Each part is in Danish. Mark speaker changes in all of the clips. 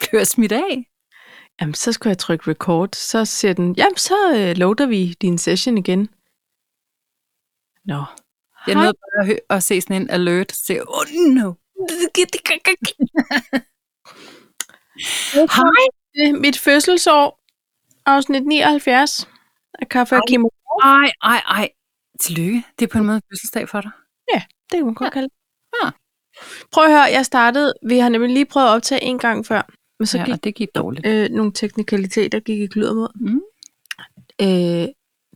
Speaker 1: bliver smidt af.
Speaker 2: Jamen, så skulle jeg trykke record. Så siger den, jamen, så øh, loader vi din session igen. Nå.
Speaker 1: Jeg nåede bare at, hø- at se sådan en alert. Se, oh no.
Speaker 2: Hej. Det er mit fødselsår, afsnit 79 af Kaffe og
Speaker 1: Ej.
Speaker 2: Kimo.
Speaker 1: Ej, ej, ej. Tillykke. Det er på en måde fødselsdag for dig.
Speaker 2: Det kan man godt ja. kalde det.
Speaker 1: Ja. Ah.
Speaker 2: Prøv at høre, jeg startede, vi har nemlig lige prøvet at optage en gang før, men så
Speaker 1: ja,
Speaker 2: ja. gik
Speaker 1: og det gik dårligt.
Speaker 2: øh, nogle teknikaliteter gik i kluddermod.
Speaker 1: Mm.
Speaker 2: Øh,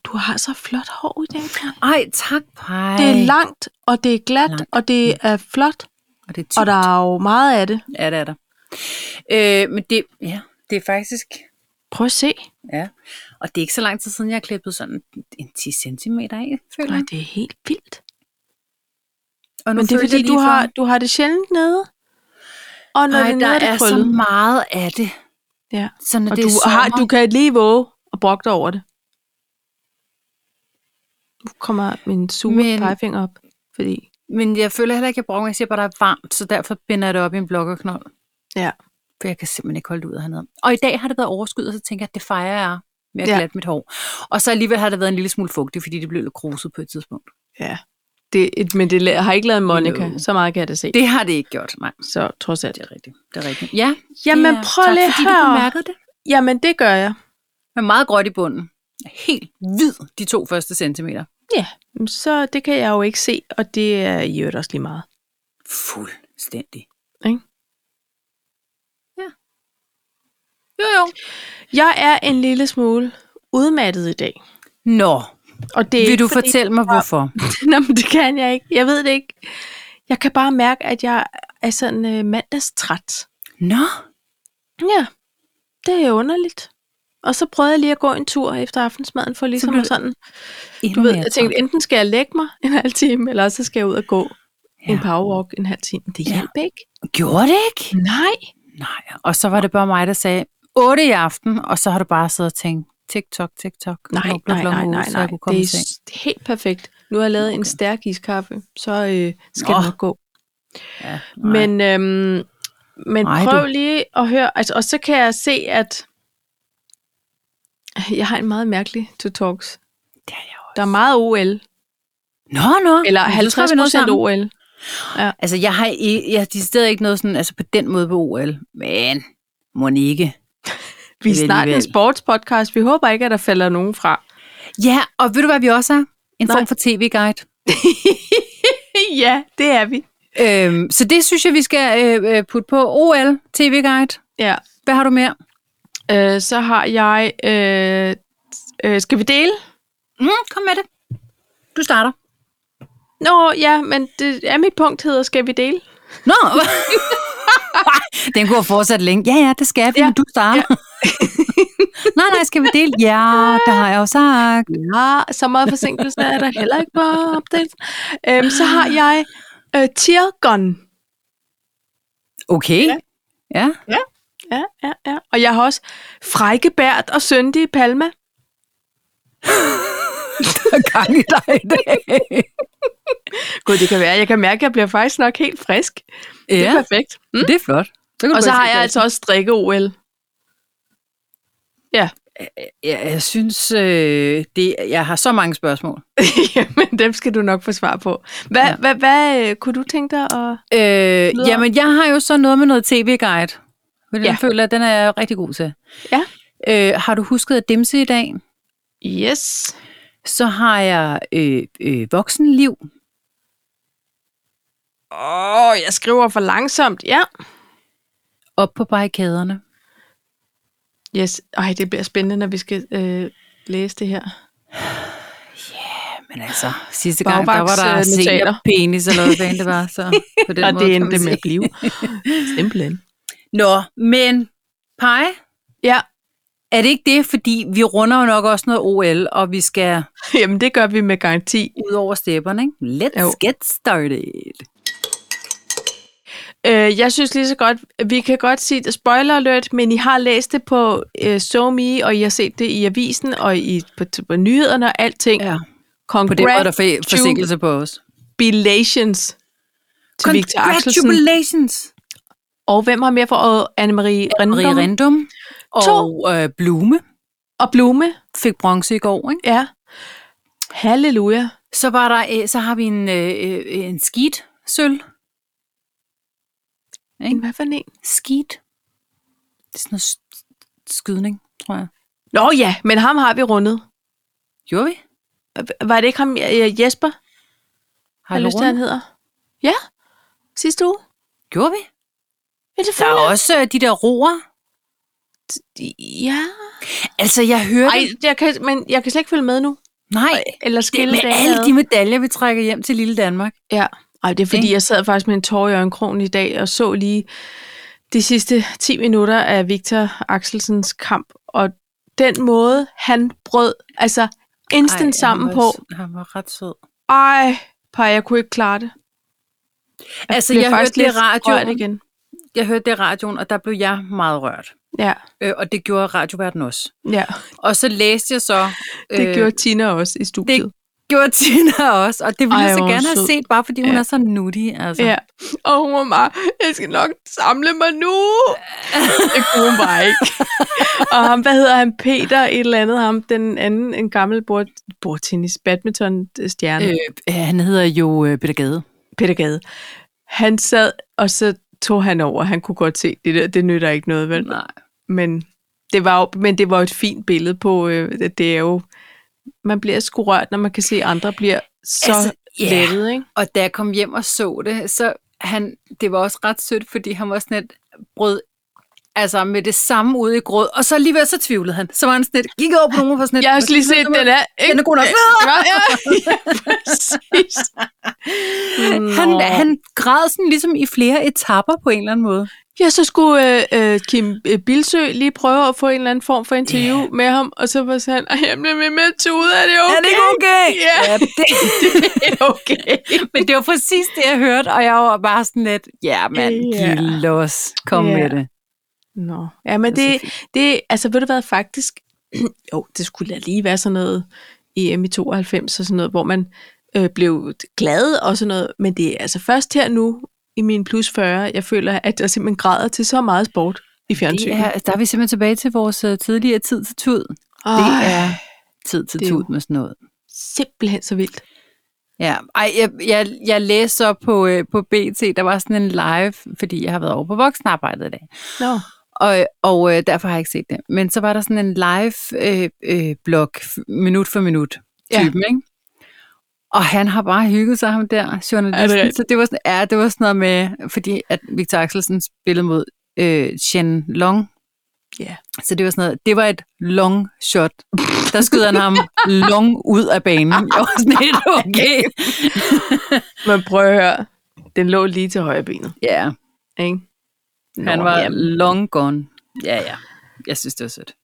Speaker 2: du har så flot hår i dag. Karen.
Speaker 1: Ej, tak, Paj.
Speaker 2: Det er langt, og det er glat,
Speaker 1: Langt.
Speaker 2: og det er flot,
Speaker 1: Og det er
Speaker 2: og der er jo meget af det.
Speaker 1: Ja, det er der. Øh, men det, ja, det er faktisk...
Speaker 2: Prøv at se.
Speaker 1: Ja, og det er ikke så lang tid siden, jeg har klippet sådan en 10 cm af, føler
Speaker 2: Nej,
Speaker 1: jeg.
Speaker 2: det er helt vildt.
Speaker 1: Og
Speaker 2: Men det er
Speaker 1: følte jeg
Speaker 2: fordi,
Speaker 1: lige
Speaker 2: du
Speaker 1: for-
Speaker 2: har, du har det sjældent nede. Og når
Speaker 1: Ej,
Speaker 2: det er
Speaker 1: der
Speaker 2: nede, er
Speaker 1: er
Speaker 2: det
Speaker 1: så
Speaker 2: krøllet.
Speaker 1: meget af det.
Speaker 2: Ja.
Speaker 1: Så når
Speaker 2: Og
Speaker 1: det
Speaker 2: du,
Speaker 1: er sommer,
Speaker 2: har, du kan lige våge og brokke dig over det. Nu kommer min sure
Speaker 1: Men-
Speaker 2: Men... pegefinger op. Fordi,
Speaker 1: Men jeg føler heller ikke, at jeg brokker. Jeg siger bare, at der er varmt, så derfor binder jeg det op i en blokkerknold.
Speaker 2: ja.
Speaker 1: For jeg kan simpelthen ikke holde det ud af hernede. Og i dag har det været overskyet, og så tænker jeg, at det fejrer jeg med at
Speaker 2: Ja.
Speaker 1: ja. glatte mit hår. Og så alligevel har det været en lille smule fugtigt, fordi det blev lidt kruset på et tidspunkt.
Speaker 2: ja. Det, et- men det la- har ikke lavet Monica,
Speaker 1: Jo.
Speaker 2: så meget kan jeg da se. Det.
Speaker 1: Det har det ikke gjort, nej.
Speaker 2: Så trods alt.
Speaker 1: Det er rigtigt. Det er rigtigt. Ja,
Speaker 2: Jamen
Speaker 1: ja,
Speaker 2: prøv lige
Speaker 1: tak, fordi du
Speaker 2: her.
Speaker 1: bemærkede det.
Speaker 2: Jamen det gør jeg.
Speaker 1: Men meget gråt i bunden. Helt hvid de to første centimeter.
Speaker 2: Så det kan jeg jo ikke se, og det er i øvrigt også lige meget.
Speaker 1: Fuldstændig.
Speaker 2: Ikke?
Speaker 1: Ja. Jo, jo.
Speaker 2: Jeg er en lille smule udmattet i dag.
Speaker 1: Nå,
Speaker 2: Og det er
Speaker 1: vil
Speaker 2: ikke
Speaker 1: du
Speaker 2: fordi-
Speaker 1: fortælle mig, hvorfor?
Speaker 2: Nå, men det kan jeg ikke. Jeg ved det ikke. Jeg kan bare mærke, at jeg er sådan øh, mandagstræt.
Speaker 1: Nå,
Speaker 2: Ja, det er underligt. Og så prøvede jeg lige at gå en tur efter aftensmaden, for ligesom
Speaker 1: blev
Speaker 2: så
Speaker 1: det
Speaker 2: sådan,
Speaker 1: endnu
Speaker 2: du ved,
Speaker 1: mere
Speaker 2: jeg tænkte, enten skal jeg lægge mig en halv time, eller så skal jeg ud og gå ja. en powerwalk en halv time. Det
Speaker 1: Ja.
Speaker 2: hjalp ikke.
Speaker 1: Gjorde det ikke?
Speaker 2: Nej.
Speaker 1: Nej, og så var det bare mig, der sagde 8 i aften, og så har du bare siddet og tænkt, TikTok, TikTok.
Speaker 2: Nej,
Speaker 1: knokler
Speaker 2: nej, nej,
Speaker 1: klokken otte,
Speaker 2: nej,
Speaker 1: så
Speaker 2: nej.
Speaker 1: jeg kunne komme
Speaker 2: Det
Speaker 1: i
Speaker 2: er
Speaker 1: seng.
Speaker 2: s- helt perfekt. Nu har jeg lavet okay. en
Speaker 1: Okay.
Speaker 2: stærk iskaffe, så øh, skal
Speaker 1: Nå.
Speaker 2: det nok gå.
Speaker 1: Ja, nej.
Speaker 2: Men, øhm, men
Speaker 1: Nej,
Speaker 2: prøv
Speaker 1: du-
Speaker 2: lige at høre, altså, og så kan jeg se, at jeg har en meget mærkelig to talks.
Speaker 1: det er jeg også.
Speaker 2: Der er meget OL,
Speaker 1: Nå, nå.
Speaker 2: eller
Speaker 1: men så tror
Speaker 2: 50
Speaker 1: vi noget
Speaker 2: procent
Speaker 1: sammen.
Speaker 2: OL.
Speaker 1: Altså, jeg har i, jeg decideret ikke noget sådan, altså på den måde på OL. Men, må ikke.
Speaker 2: Vi er
Speaker 1: Det er
Speaker 2: snart en
Speaker 1: alligevel.
Speaker 2: sportspodcast. Vi håber ikke, at der falder nogen fra.
Speaker 1: Ja, og ved du, hvad vi også er? En
Speaker 2: Nej.
Speaker 1: form for tv-guide.
Speaker 2: ja, det er vi.
Speaker 1: Øhm, så det synes jeg, vi skal øh, øh, putte på. OL, tv-guide.
Speaker 2: Ja.
Speaker 1: Hvad har du mere?
Speaker 2: Øh, så har jeg... Øh, øh, skal vi dele?
Speaker 1: Mm, kom med det. Du starter.
Speaker 2: Nå, ja, men det er mit punkt hedder, skal vi dele?
Speaker 1: Nå! Den kunne have fortsat længe. Ja, ja, det skal vi,
Speaker 2: Ja.
Speaker 1: ja. men du starter. Ja. nej, nej, skal vi dele? Ja, det har jeg jo sagt.
Speaker 2: Ja, Ah, så meget forsinkelse er der heller ikke på opdagelsen. Øhm, så har jeg øh, Tear Gun.
Speaker 1: Okay. Ja. ja.
Speaker 2: Ja, ja, ja. Og jeg har også Frække Bært og Sønde i Palma.
Speaker 1: Der er gang i dig i dag.
Speaker 2: Gud, det kan være. Jeg kan mærke, at jeg bliver faktisk nok helt frisk. Ja. Det er
Speaker 1: ja,
Speaker 2: perfekt. Mm.
Speaker 1: det er flot. kan du
Speaker 2: Og så
Speaker 1: bare
Speaker 2: har
Speaker 1: se
Speaker 2: jeg
Speaker 1: det.
Speaker 2: altså også strikke-OL.
Speaker 1: Ja, jeg synes, øh, det, jeg har så mange spørgsmål.
Speaker 2: Jamen, dem skal du nok få svar på. Hvad, ja.
Speaker 1: Ja.
Speaker 2: hvad, hvad øh, kunne du tænke dig at...
Speaker 1: Øh, jamen, jeg har jo så noget med noget tv-guide. Fordi
Speaker 2: Ja.
Speaker 1: ja. jeg føler, at den er jeg rigtig god til.
Speaker 2: Ja.
Speaker 1: Øh, har du husket at dimse i dag?
Speaker 2: Yes.
Speaker 1: Så har jeg øh, øh, voksenliv.
Speaker 2: Åh, oh, jeg skriver for langsomt. Ja.
Speaker 1: op på barrikaderne.
Speaker 2: Yes. Ej, det bliver spændende, når vi skal øh, læse det her.
Speaker 1: Men altså, sidste
Speaker 2: gang,
Speaker 1: gang,
Speaker 2: der
Speaker 1: der
Speaker 2: Bagbaks,
Speaker 1: var
Speaker 2: var der
Speaker 1: der
Speaker 2: øh, senior notater.
Speaker 1: penis, eller hvad det var, så på den
Speaker 2: og
Speaker 1: måde,
Speaker 2: det endte med at blive. Simpelthen.
Speaker 1: Nå, men Pej,
Speaker 2: Ja,
Speaker 1: er det ikke det, fordi vi runder jo nok også noget OL, og vi skal
Speaker 2: jamen det gør vi med garanti.
Speaker 1: ud over stepperne, ikke? Let's
Speaker 2: Jo.
Speaker 1: jo. get started.
Speaker 2: Øh, jeg synes lige så godt, vi kan godt sige det spoiler alert, men I har læst det på øh, SoMe, og I har set det i avisen, og i, på, på nyhederne og alting. Ja.
Speaker 1: Ja. På det var der
Speaker 2: Congratulations
Speaker 1: for- forsinkelse på os.
Speaker 2: til Victor Axelsen.
Speaker 1: Congratulations!
Speaker 2: Og hvem har mere for og Anne-Marie
Speaker 1: Marie
Speaker 2: Rendum?
Speaker 1: Rendum og
Speaker 2: To.
Speaker 1: øh, Blume
Speaker 2: Og Blume.
Speaker 1: fik bronze i går. Ikke?
Speaker 2: Ja. Halleluja.
Speaker 1: Så, var der, øh, så har vi en, øh, øh, en skidt sølv. Ikke?
Speaker 2: Hvad for en?
Speaker 1: Skidt. Det er sådan noget s- skydning, tror jeg.
Speaker 2: Nå ja, men ham har vi rundet.
Speaker 1: Gjorde vi?
Speaker 2: Var det ikke ham, øh, Jesper,
Speaker 1: Har
Speaker 2: jeg lyst til, han hedder? Ja, sidste uge.
Speaker 1: Gjorde vi?
Speaker 2: Ja, det
Speaker 1: Der er også øh, de der roer.
Speaker 2: Ja.
Speaker 1: Altså, jeg hørte...
Speaker 2: Ej, jeg kan, men jeg kan slet ikke følge med nu.
Speaker 1: nej,
Speaker 2: Eller
Speaker 1: det,
Speaker 2: skille
Speaker 1: med
Speaker 2: det, jeg
Speaker 1: alle
Speaker 2: havde.
Speaker 1: de medaljer, vi trækker hjem til lille Danmark.
Speaker 2: Ja. Ej, det er fordi, jeg sad faktisk med en tår i øjenkrogen i dag og så lige de sidste 10 minutter af Victor Axelsens kamp. Og den måde, han brød altså instant Ej, sammen
Speaker 1: han
Speaker 2: på.
Speaker 1: var, Han var ret sød.
Speaker 2: Ej, par, jeg kunne ikke klare det.
Speaker 1: Altså,
Speaker 2: Blev
Speaker 1: jeg hørte
Speaker 2: faktisk
Speaker 1: det i
Speaker 2: lidt rørt
Speaker 1: radioen,
Speaker 2: igen.
Speaker 1: jeg hørte det i radioen, og der blev jeg meget rørt.
Speaker 2: Ja,
Speaker 1: Øh, og det gjorde radioverden også.
Speaker 2: ja.
Speaker 1: Og så læste jeg så...
Speaker 2: det øh, gjorde Tina også i studiet.
Speaker 1: gjorde Tina også, og det ville
Speaker 2: Ej,
Speaker 1: Ej, jeg så
Speaker 2: hvor er hun
Speaker 1: gerne have
Speaker 2: sød.
Speaker 1: set, bare fordi hun
Speaker 2: Ja.
Speaker 1: er så nuttig. Altså.
Speaker 2: Ja, og hun var meget, jeg skal nok samle mig nu. Det kunne hun bare ikke. og ham, hvad hedder han, Peter et eller andet, ham, den anden, en gammel bord, bordtennis, badminton-stjerne, øh.
Speaker 1: Øh, han hedder jo øh, Peter Gade.
Speaker 2: Peter Gade. Han sad, og så tog han over, han kunne godt se, det der, det nytter ikke noget, vel?
Speaker 1: Nej.
Speaker 2: Men det var jo, men det var jo et fint billede på, øh, det- det er jo, man bliver sgu rørt, når man kan se, at andre bliver så
Speaker 1: Altså,
Speaker 2: altså,
Speaker 1: ja.
Speaker 2: lettet, ikke?
Speaker 1: Og da jeg kom hjem og så det, så han, det var også ret sødt, fordi han var sådan et brød, altså med det samme ude i gråd, og så alligevel så tvivlede han. Så var han sådan et, gik over på nogen for sådan et,
Speaker 2: Jeg har også lige set, den er, ikke?
Speaker 1: den er god nok.
Speaker 2: Ja, ja, ja, præcis. Nå.
Speaker 1: Han, han græd sådan ligesom i flere etapper på en eller anden måde.
Speaker 2: Ja, så skulle øh, øh, Kim øh, Bilsø lige prøve at få en eller anden form for interview yeah. med ham, og så var sådan, at jeg bliver med med til ud, er det
Speaker 1: Er
Speaker 2: okay?
Speaker 1: det ikke okay?
Speaker 2: Ja.
Speaker 1: ja det,
Speaker 2: ikke okay?
Speaker 1: Men det var præcis det, jeg hørte, og jeg var bare sådan lidt, ja mand,
Speaker 2: Ja.
Speaker 1: giv los, kom
Speaker 2: Ja.
Speaker 1: med det.
Speaker 2: Nå, ja, men
Speaker 1: Det er
Speaker 2: det, det, altså ved du hvad, faktisk, jo, det skulle da lige være sådan noget EM i 92 og sådan noget, hvor man øh, blev glad og sådan noget, men det er altså først her nu, i min plus 40, jeg føler, at jeg simpelthen græder til så meget sport i
Speaker 1: det
Speaker 2: fjernsynet.
Speaker 1: er, der er vi simpelthen tilbage til vores øh, tidligere tid til tud. Det er tid til
Speaker 2: det er
Speaker 1: tud
Speaker 2: jo-
Speaker 1: med sådan noget.
Speaker 2: simpelthen så vildt.
Speaker 1: Ja, ej, jeg, jeg, jeg læste så på, øh, på BT, der var sådan en live, fordi jeg har været over på voksenarbejdet i dag,
Speaker 2: Nå.
Speaker 1: og, og øh, derfor har jeg ikke set det. Men så var der sådan en live øh, øh, blog, f- minut for minut,
Speaker 2: Ja.
Speaker 1: typen, ja. ikke? Og han har bare hygget sig, ham der, journalisten.
Speaker 2: rigtigt?
Speaker 1: så det var, sådan, ja, det var sådan noget med, fordi at Victor Axelsen spillede mod øh, Chen Long.
Speaker 2: Ja.
Speaker 1: Så det var sådan noget, det var et long shot. Der skyder han ham long ud af banen. Jeg var sådan lidt, okay.
Speaker 2: Men prøv at høre, den lå lige til højre benet,
Speaker 1: Ja,
Speaker 2: ikke?
Speaker 1: han
Speaker 2: Nå,
Speaker 1: var
Speaker 2: jamen,
Speaker 1: long gone. Ja, ja. Jeg synes, det var sødt.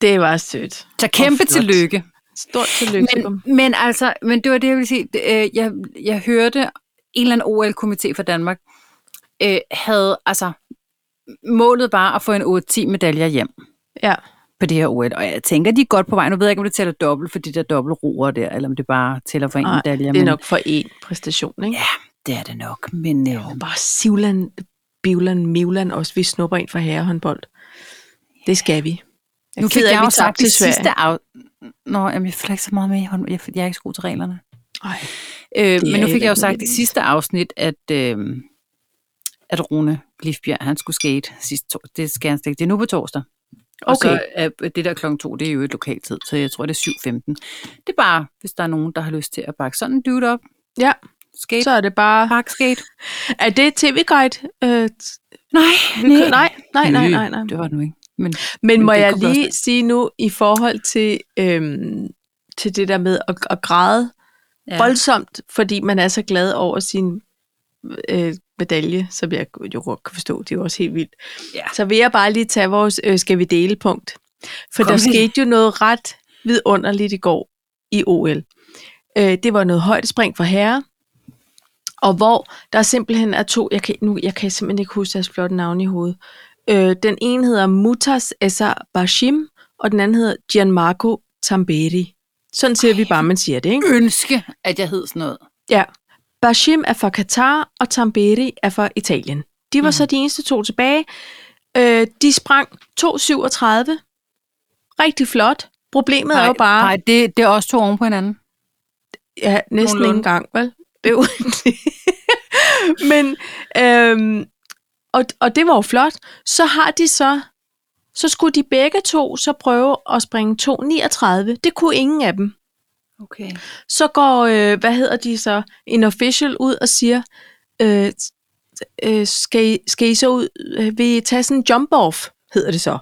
Speaker 2: det var sødt.
Speaker 1: Så kæmpe
Speaker 2: flot.
Speaker 1: tillykke.
Speaker 2: Stort tillykke til dem.
Speaker 1: Men, men altså, men det var det, jeg ville sige. Det, øh, Jeg, jeg hørte en eller anden OL-komité fra Danmark, øh, havde altså målet bare at få en 8-10 medaljer hjem
Speaker 2: Ja.
Speaker 1: på det her OL, og jeg tænker, de er godt på vej. Nu ved jeg ikke, om det tæller dobbelt for de der dobbeltroer der, eller om det bare tæller for en
Speaker 2: Ej,
Speaker 1: medalje.
Speaker 2: det er
Speaker 1: men
Speaker 2: nok for én præstation, ikke?
Speaker 1: Ja. Det er det nok, men øh,
Speaker 2: Og bare Sivland, Bivland, Mivland også. Vi snupper ind fra herrehåndbold. Det skal vi. Jeg
Speaker 1: nu
Speaker 2: er ked
Speaker 1: fik
Speaker 2: af,
Speaker 1: jeg
Speaker 2: at
Speaker 1: jo
Speaker 2: vi
Speaker 1: sagt
Speaker 2: tabte
Speaker 1: det
Speaker 2: til Sverige.
Speaker 1: sidste af... Nå, jamen, jeg følger ikke så meget med. i hånd- Jeg, jeg er ikke så god til reglerne.
Speaker 2: Ej,
Speaker 1: Øh, men
Speaker 2: er
Speaker 1: nu fik
Speaker 2: heller
Speaker 1: jeg jo
Speaker 2: ikke
Speaker 1: sagt i
Speaker 2: nødvendigt.
Speaker 1: sidste afsnit, at, øh, at Rune Glifbjerg, han skulle skate sidste to. Det skal han slet ikke. Det er nu på torsdag. Og
Speaker 2: Okay.
Speaker 1: så er det der klokken to, det er jo et lokaltid, så jeg tror, det er 7.15. Det er bare, hvis der er nogen, der har lyst til at bakke sådan en dude op.
Speaker 2: Ja,
Speaker 1: Skate,
Speaker 2: så er det bare...
Speaker 1: bakke, skate.
Speaker 2: Er det tv-guide? Øh, t-
Speaker 1: Nej,
Speaker 2: nej, nej, nej, nej, nej, nej.
Speaker 1: Det var det nu ikke. Men
Speaker 2: Men må
Speaker 1: det
Speaker 2: jeg
Speaker 1: kom der også
Speaker 2: lige sige nu i forhold til, øhm, til det der med at, at græde ja. voldsomt, fordi man er så glad over sin øh, medalje, som jeg jo godt kan forstå, det er jo også helt vildt.
Speaker 1: Ja.
Speaker 2: Så vil jeg bare lige tage vores øh, skal vi dele punkt. For
Speaker 1: Kom
Speaker 2: der
Speaker 1: med.
Speaker 2: skete jo noget ret vidunderligt i går i OL. Øh, det var noget højdespring for herre, og hvor der simpelthen er to, jeg kan, nu, jeg kan simpelthen ikke huske deres flotte navne i hovedet. Øh, den ene hedder Mutas Essa Bashim, og den anden hedder Gianmarco Tamberi. Sådan siger vi bare, man siger det, ikke?
Speaker 1: ønske, at jeg hed sådan noget.
Speaker 2: Ja. Bashim er fra Katar, og Tamberi er fra Italien. De var mm.
Speaker 1: Mhm.
Speaker 2: så de eneste to tilbage. Øh, de sprang 2.37. Rigtig flot. Problemet nej, er jo bare...
Speaker 1: Nej, det, det er også to oven på hinanden.
Speaker 2: Ja, næsten ikke
Speaker 1: Nogenlunde.
Speaker 2: engang, vel? Jo. Men, øhm, og, og det var jo flot. Så har de så, så skulle de begge to så prøve at springe 2,39. Det kunne ingen af dem.
Speaker 1: Okay.
Speaker 2: Så går, øh, hvad hedder de så, en official ud og siger, øh, øh, skal, I, skal I så ud, øh, vil I tage sådan en jump-off, hedder det så,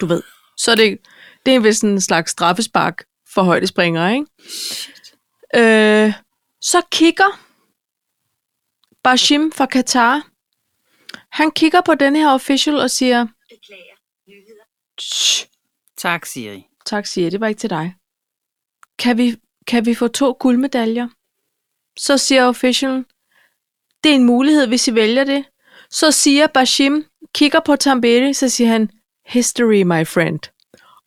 Speaker 2: du ved. Så er det, det er vist sådan en slags straffespark for højdespringere, ikke? Øh, så kigger Bashim fra Katar, han kigger på den her official og siger,
Speaker 3: Beklager. Nyheder.
Speaker 2: "Shh,
Speaker 1: Tak, Siri.
Speaker 2: Tak, siger jeg. Det var ikke til dig. Kan vi, kan vi få to guldmedaljer? Så siger officialen, det er en mulighed, hvis I vælger det. Så siger Bashim, kigger på Tamberi, så siger han, history, my friend.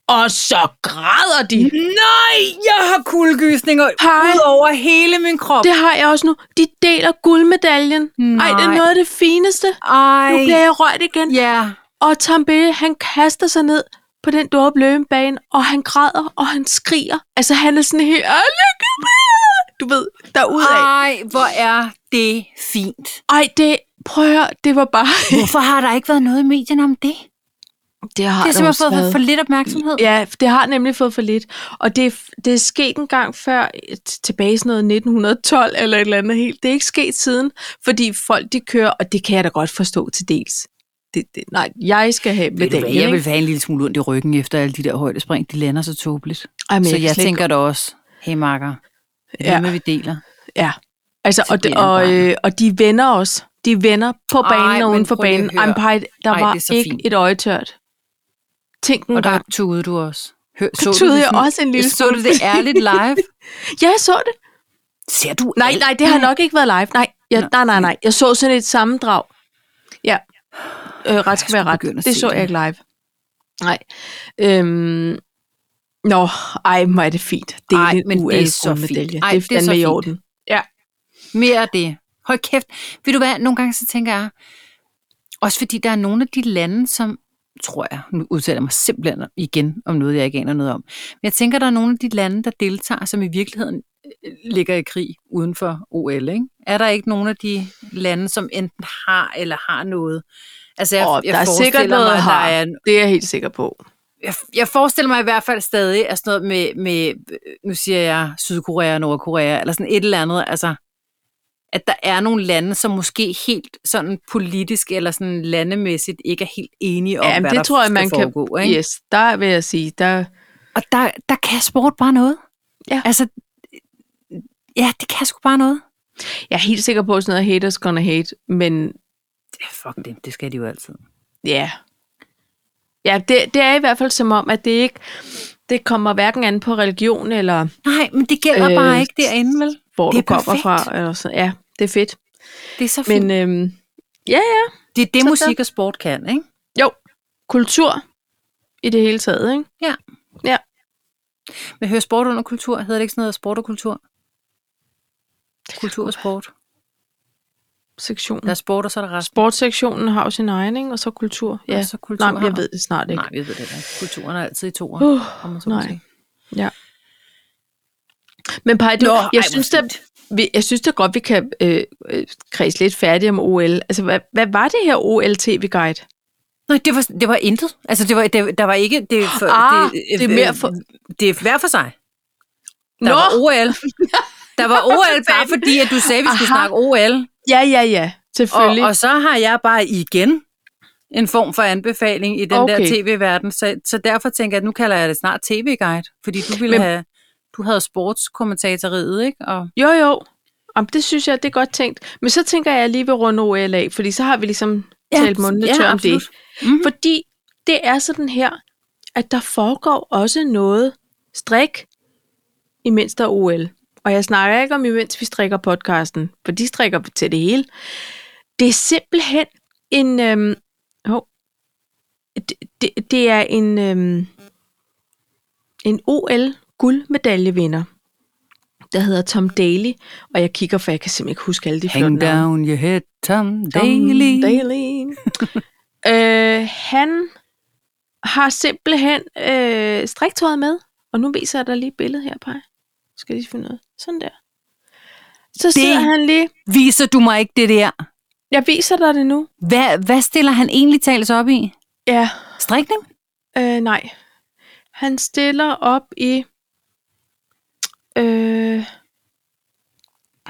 Speaker 2: Og så græder
Speaker 1: Mm.
Speaker 2: de.
Speaker 1: Nej, jeg har kuldegysninger
Speaker 2: Hej.
Speaker 1: ud over hele min krop.
Speaker 2: Det har jeg også nu. De deler guldmedaljen. Nej. Ej, det er
Speaker 1: Nej.
Speaker 2: noget af det fineste.
Speaker 1: Ej,
Speaker 2: Nu bliver jeg rørt igen.
Speaker 1: ja.
Speaker 2: Og Tambele, han kaster sig ned på den dåbe løbebane, og han græder, og han skriger. Altså, han er sådan helt, "Åh, lykke med! Du ved, derudad.
Speaker 1: Ej, hvor er det fint.
Speaker 2: Ej, det, prøv at høre, det var bare...
Speaker 1: Hvorfor har der ikke været noget i medierne om det?
Speaker 2: Det har
Speaker 1: Det har
Speaker 2: der også
Speaker 1: simpelthen fået
Speaker 2: været.
Speaker 1: for lidt opmærksomhed.
Speaker 2: Ja, det har nemlig fået for lidt. Og det, er- det er sket en gang før, t- tilbage i sådan noget 1912 eller et eller andet helt. Det er ikke sket siden, fordi folk de kører, og det kan jeg da godt forstå til dels. Det, det, nej, jeg skal have
Speaker 1: Ved du hvad,
Speaker 2: medaljen,
Speaker 1: jeg vil
Speaker 2: ikke?
Speaker 1: have en lille smule ondt i ryggen efter alle de der højdespring. De lander så tåbeligt.
Speaker 2: Ej, men
Speaker 1: Så
Speaker 2: kan
Speaker 1: jeg
Speaker 2: slet ikke-
Speaker 1: tænker da også, hey makker, det
Speaker 2: Ja.
Speaker 1: er med, vi deler.
Speaker 2: Ja. Altså,
Speaker 1: Det
Speaker 2: og, det,
Speaker 1: er en
Speaker 2: og,
Speaker 1: barn.
Speaker 2: øh, og de vender os. De vender på
Speaker 1: Ej,
Speaker 2: banen og
Speaker 1: men
Speaker 2: uden for
Speaker 1: prøv lige
Speaker 2: banen.
Speaker 1: at høre.
Speaker 2: Ej, Paj, der
Speaker 1: Ej,
Speaker 2: var
Speaker 1: det er så
Speaker 2: ikke
Speaker 1: fint.
Speaker 2: et øje tørt. Tænk en
Speaker 1: Og der
Speaker 2: gang.
Speaker 1: tudede du også. Hør,
Speaker 2: Så tudede
Speaker 1: det
Speaker 2: jeg
Speaker 1: sådan-
Speaker 2: også en lille
Speaker 1: Så du det ærligt live?
Speaker 2: Ja, jeg så det.
Speaker 1: Ser du
Speaker 2: Nej,
Speaker 1: alt?
Speaker 2: nej, det har nok ikke været live. Nej, jeg,
Speaker 1: Nå.
Speaker 2: nej, nej, nej. Jeg så sådan et sammendrag. Ja. Øh, ret skal
Speaker 1: skulle
Speaker 2: være ret.
Speaker 1: begynde at
Speaker 2: Det
Speaker 1: se
Speaker 2: så
Speaker 1: det.
Speaker 2: jeg ikke live. Nej. Øhm, nå, ej, hvor er det fint. Det er
Speaker 1: Ej,
Speaker 2: en
Speaker 1: men det er så
Speaker 2: UL-guldmedalje.
Speaker 1: fint. Ej,
Speaker 2: det,
Speaker 1: det er
Speaker 2: den
Speaker 1: så
Speaker 2: med i
Speaker 1: fint.
Speaker 2: orden.
Speaker 1: Mere af det. Hold kæft. Ved du hvad, nogle gange så tænker jeg, også fordi der er nogle af de lande, som, tror jeg, nu udtaler jeg mig simpelthen igen om noget, jeg ikke aner noget om, men jeg tænker, der er nogle af de lande, der deltager, som i virkeligheden øh, ligger i krig uden for OL, ikke? Er der ikke nogen af de lande, som enten har eller har noget? Altså, jeg,
Speaker 2: Åh,
Speaker 1: jeg
Speaker 2: der er sikkert
Speaker 1: forestiller
Speaker 2: noget
Speaker 1: mig,
Speaker 2: har.
Speaker 1: Der er en
Speaker 2: Det er jeg helt sikker på.
Speaker 1: jeg, jeg forestiller mig i hvert fald stadig, at sådan noget med, med øh, nu siger jeg Sydkorea og Nordkorea, eller sådan et eller andet, altså, at der er nogle lande, som måske helt sådan politisk eller sådan landemæssigt ikke er helt enige om,
Speaker 2: Ja,
Speaker 1: hvad
Speaker 2: men
Speaker 1: der
Speaker 2: det tror jeg,
Speaker 1: skal
Speaker 2: man kan...
Speaker 1: foregå. Ikke?
Speaker 2: Yes, der vil jeg sige, der...
Speaker 1: Og der, der kan sport bare noget.
Speaker 2: Ja.
Speaker 1: Altså, ja, det kan sgu bare noget.
Speaker 2: Jeg er helt sikker på, at sådan noget haters gonna hate, men
Speaker 1: Ja, fuck det, det skal de jo altid.
Speaker 2: ja. Ja, det, det er i hvert fald som om, at det ikke... Det kommer hverken an på religion eller
Speaker 1: Nej, men det gælder øh, bare
Speaker 2: Øh,
Speaker 1: ikke derinde, vel?
Speaker 2: hvor
Speaker 1: Det
Speaker 2: du
Speaker 1: er
Speaker 2: kommer
Speaker 1: perfekt.
Speaker 2: fra. Eller sådan. Ja, det er fedt.
Speaker 1: Det er så fint.
Speaker 2: Men
Speaker 1: Men,
Speaker 2: øhm, ja, ja.
Speaker 1: det er det,
Speaker 2: så der-
Speaker 1: musik og sport kan, ikke?
Speaker 2: Jo, kultur i det hele taget, ikke?
Speaker 1: Men hører sport under kultur? Hedder det ikke sådan noget sport og kultur? Kultur og sport. Der
Speaker 2: Sektionen.
Speaker 1: er sport, og så er der resten.
Speaker 2: Sportssektionen har jo sin egen, ikke? Og så kultur. Ja,
Speaker 1: Og så kultur
Speaker 2: nej, men jeg
Speaker 1: har-
Speaker 2: ved det snart ikke.
Speaker 1: Nej, jeg ved det ikke. Kulturen er altid i toer.
Speaker 2: Uh,
Speaker 1: om man så må
Speaker 2: nej.
Speaker 1: sige.
Speaker 2: Men Paj, du,
Speaker 1: Nå,
Speaker 2: Nå,
Speaker 1: ej,
Speaker 2: jeg,
Speaker 1: hvor
Speaker 2: synes, at, vi, jeg synes da godt, vi kan øh, øh, kredse lidt færdigt om OL. Altså, hvad, hvad var det her OL-TV-guide?
Speaker 1: Nej, det var, det var intet. Altså, det var, det, der var ikke... Det, er for,
Speaker 2: Ah,
Speaker 1: øh,
Speaker 2: det er mere for-
Speaker 1: øh, Det er hver for sig. Der
Speaker 2: Nå!
Speaker 1: var OL. Der var OL bare fordi, at du sagde, at vi skulle
Speaker 2: Aha.
Speaker 1: snakke OL.
Speaker 2: Ja, ja, ja. Selvfølgelig.
Speaker 1: Og,
Speaker 2: Og, og,
Speaker 1: og så har jeg bare igen en form for anbefaling i den okay. der
Speaker 2: Okay.
Speaker 1: tv-verden, så, så derfor tænker jeg, at nu kalder jeg det snart tv-guide, fordi du ville
Speaker 2: Men-
Speaker 1: Men, have, du havde sportskommentatoriet, ikke? Og,
Speaker 2: jo, jo. Jamen, det synes jeg, det er godt tænkt. Men så tænker jeg, at jeg lige vil runde OL af, fordi så har vi ligesom ja, talt mundene ja, tør om det.
Speaker 1: Mm-hmm.
Speaker 2: Fordi det er sådan her, at der foregår også noget strik, imens der er OL. Og jeg snakker ikke om, imens vi strikker podcasten, for de strikker til det hele. Det er simpelthen en... Øhm, oh, det, det, det er en, øhm, en OL-guldmedaljevinder, der hedder Tom Daly. Og jeg kigger, for jeg kan simpelthen ikke huske alle de flotte
Speaker 1: Hang
Speaker 2: navne.
Speaker 1: down your head, Tom
Speaker 2: Tom
Speaker 1: Daly.
Speaker 2: Daly. Øh, han har simpelthen øh, striktøjet med. Og nu viser jeg dig lige et billede her, Paj. Skal jeg lige finde ud af. Sådan der. Så sidder han lige.
Speaker 1: Viser du mig ikke det der?
Speaker 2: Jeg viser dig det nu.
Speaker 1: Hvad, hvad stiller han egentlig tales op i?
Speaker 2: Ja,
Speaker 1: Strikning?
Speaker 2: øh, nej. Han stiller op i... Øh,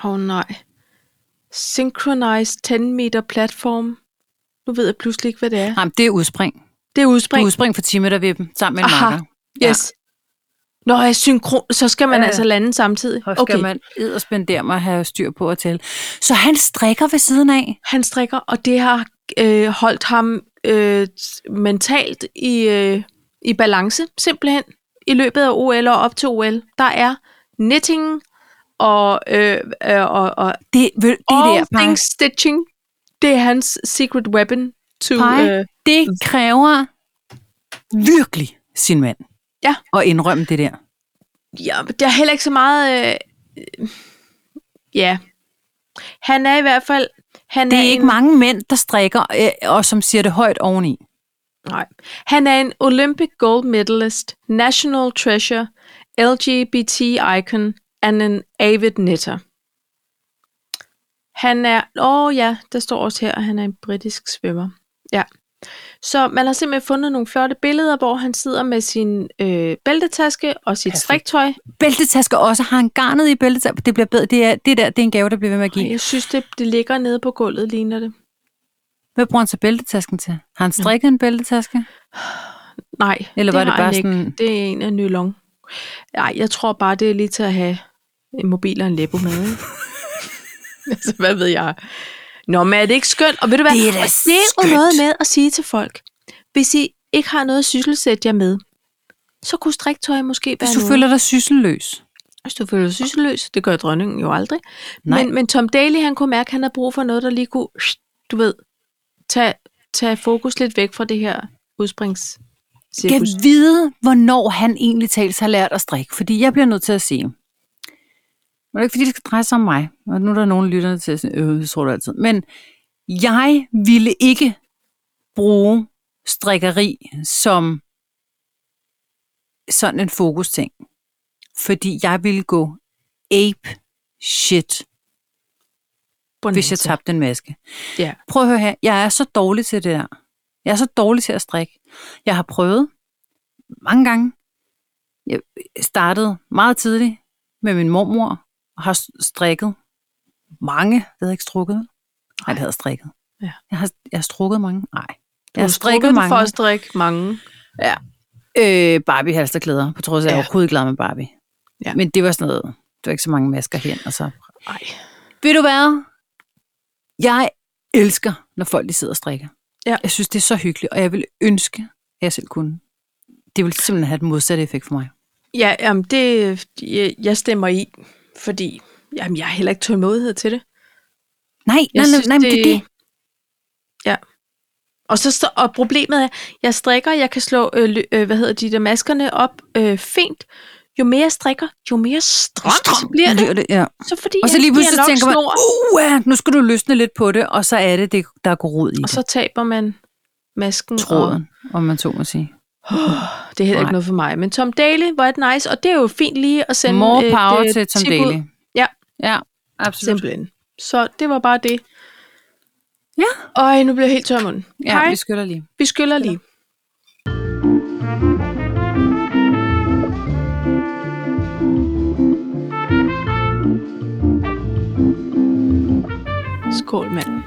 Speaker 2: Åh oh, nej. Synchronized 10 meter platform. Nu ved jeg pludselig ikke, hvad det er.
Speaker 1: Jamen, det er udspring.
Speaker 2: Det er
Speaker 1: Det er
Speaker 2: udspring.
Speaker 1: udspring for 10 meter vippen sammen med en
Speaker 2: Aha.
Speaker 1: marker. Ja.
Speaker 2: Yes. Nå, jeg synkron, så skal man
Speaker 1: Ja, ja.
Speaker 2: altså lande samtidig.
Speaker 1: Og skal okay. man edderspendere mig at have styr på at tælle. Så han strikker ved siden af.
Speaker 2: Han strikker, og det har øh, holdt ham øh, t- mentalt i, øh, i balance, simpelthen, i løbet af OL og op til OL. Der er knitting og, øh, øh, og, og
Speaker 1: Det, ved, det
Speaker 2: all
Speaker 1: der, Paj.
Speaker 2: things stitching. Det er hans secret weapon to...
Speaker 1: Pej,
Speaker 2: Øh,
Speaker 1: det kræver virkelig sin mand.
Speaker 2: Ja.
Speaker 1: At indrømme det der.
Speaker 2: ja, men der er heller ikke så meget... Øh, øh, ja. Han er i hvert fald... Han
Speaker 1: Det er
Speaker 2: er
Speaker 1: ikke
Speaker 2: en,
Speaker 1: mange mænd, der strikker, øh, og som siger det højt oveni.
Speaker 2: Nej. Han er en Olympic gold medalist, national treasure, LGBT icon and an avid knitter. Han er, åh oh ja, der står også her, at han er en britisk svømmer. Ja. Så man har simpelthen fundet nogle flotte billeder, hvor han sidder med sin øh, bæltetaske og sit
Speaker 1: Perfekt.
Speaker 2: striktøj.
Speaker 1: Bæltetasker også. Har han garnet i bæltetasker? Det bliver bedre. Det, er, det der, det er en gave, der bliver ved med at give.
Speaker 2: Jeg synes, det, det ligger nede på gulvet, ligner det.
Speaker 1: Hvad bruger han så bæltetasken til? Har han strikket en bæltetaske?
Speaker 2: Nej,
Speaker 1: Eller var det
Speaker 2: har han
Speaker 1: bare
Speaker 2: ikke.
Speaker 1: sådan-
Speaker 2: Det er en af nylon. Nej, jeg tror bare, det er lige til at have en mobil og en læbo med. ikke? altså, hvad ved jeg? Nå, men er det ikke skønt? Og ved du hvad?
Speaker 1: Det er da
Speaker 2: og det er
Speaker 1: skønt.
Speaker 2: jo noget med at sige til folk, hvis I ikke har noget at sysselsætte jer med, så kunne striktøj måske være
Speaker 1: Hvis du
Speaker 2: noget.
Speaker 1: føler dig sysselløs.
Speaker 2: Hvis du føler dig sysseløs, det gør dronningen jo aldrig.
Speaker 1: Nej.
Speaker 2: Men, men Tom Daly, han kunne mærke, at han havde brug for noget, der lige kunne, du ved, tage, tage fokus lidt væk fra det her udsprings.
Speaker 1: Jeg vide, hvornår han egentlig talt har lært at strikke, fordi jeg bliver nødt til at sige, det er ikke fordi, det skal dreje sig om mig, og nu er der nogen lytterne til, at sige, øh, det tror du altid, men jeg ville ikke bruge strikkeri som sådan en fokusting, fordi jeg ville gå ape shit, hvis jeg tabte en maske.
Speaker 2: Ja.
Speaker 1: Prøv at høre her, jeg er så dårlig til det der. Jeg er så dårlig til at strikke. Jeg har prøvet mange gange. Jeg startede meget tidligt med min mormor og har strikket mange. Jeg havde ikke strukket. Nej, det havde jeg strikket.
Speaker 2: Ja.
Speaker 1: Jeg, har, jeg har strukket mange. Nej.
Speaker 2: Du
Speaker 1: Jeg har
Speaker 2: har
Speaker 1: strikket
Speaker 2: strikket
Speaker 1: mange.
Speaker 2: for at strikke mange. Ja.
Speaker 1: Øh, Barbie halsterklæder, på trods af, at jeg
Speaker 2: Ja.
Speaker 1: er overhovedet ikke glad med Barbie.
Speaker 2: Ja.
Speaker 1: Men det var sådan noget, det var ikke så mange masker hen, og så
Speaker 2: Ej.
Speaker 1: Ved du hvad? Jeg elsker, når folk de sidder og strikker.
Speaker 2: Ja.
Speaker 1: Jeg synes, det er så hyggeligt, og jeg vil ønske, at jeg selv kunne. Det vil simpelthen have den modsatte effekt for mig.
Speaker 2: Ja, jamen det, jeg, jeg stemmer i, fordi jamen, jeg har heller ikke tålmodighed til det.
Speaker 1: Nej,
Speaker 2: Jeg
Speaker 1: nej, nej, nej, men det er det.
Speaker 2: Ja. Og, så, står- og problemet er, jeg strikker, jeg kan slå, øh, lø- øh, hvad hedder de der maskerne op øh, fint. Jo mere jeg strikker, jo mere stramt Stram. bliver det.
Speaker 1: Ja.
Speaker 2: Så fordi
Speaker 1: Og så
Speaker 2: jeg
Speaker 1: lige
Speaker 2: ikke
Speaker 1: pludselig
Speaker 2: bliver nok
Speaker 1: tænker man,
Speaker 2: snor,
Speaker 1: uh, nu skal du løsne lidt på det, og så er det, det der går rod i
Speaker 2: og så
Speaker 1: det.
Speaker 2: taber man masken. Og,
Speaker 1: Tråden, om man så må sige.
Speaker 2: det er heller
Speaker 1: Nej.
Speaker 2: ikke noget for mig. Men Tom Daly, hvor er det nice. Og det er jo fint lige at sende
Speaker 1: More
Speaker 2: et,
Speaker 1: power
Speaker 2: øh,
Speaker 1: til Tom
Speaker 2: tip ud.
Speaker 1: Daly.
Speaker 2: Ja.
Speaker 1: Ja, absolut.
Speaker 2: Simpelthen. Så det var bare det.
Speaker 1: Ja.
Speaker 2: Øj, nu bliver jeg helt tør i munden.
Speaker 1: Ja,
Speaker 2: Hej,
Speaker 1: vi skylder lige.
Speaker 2: vi skylder lige. Skål, mand.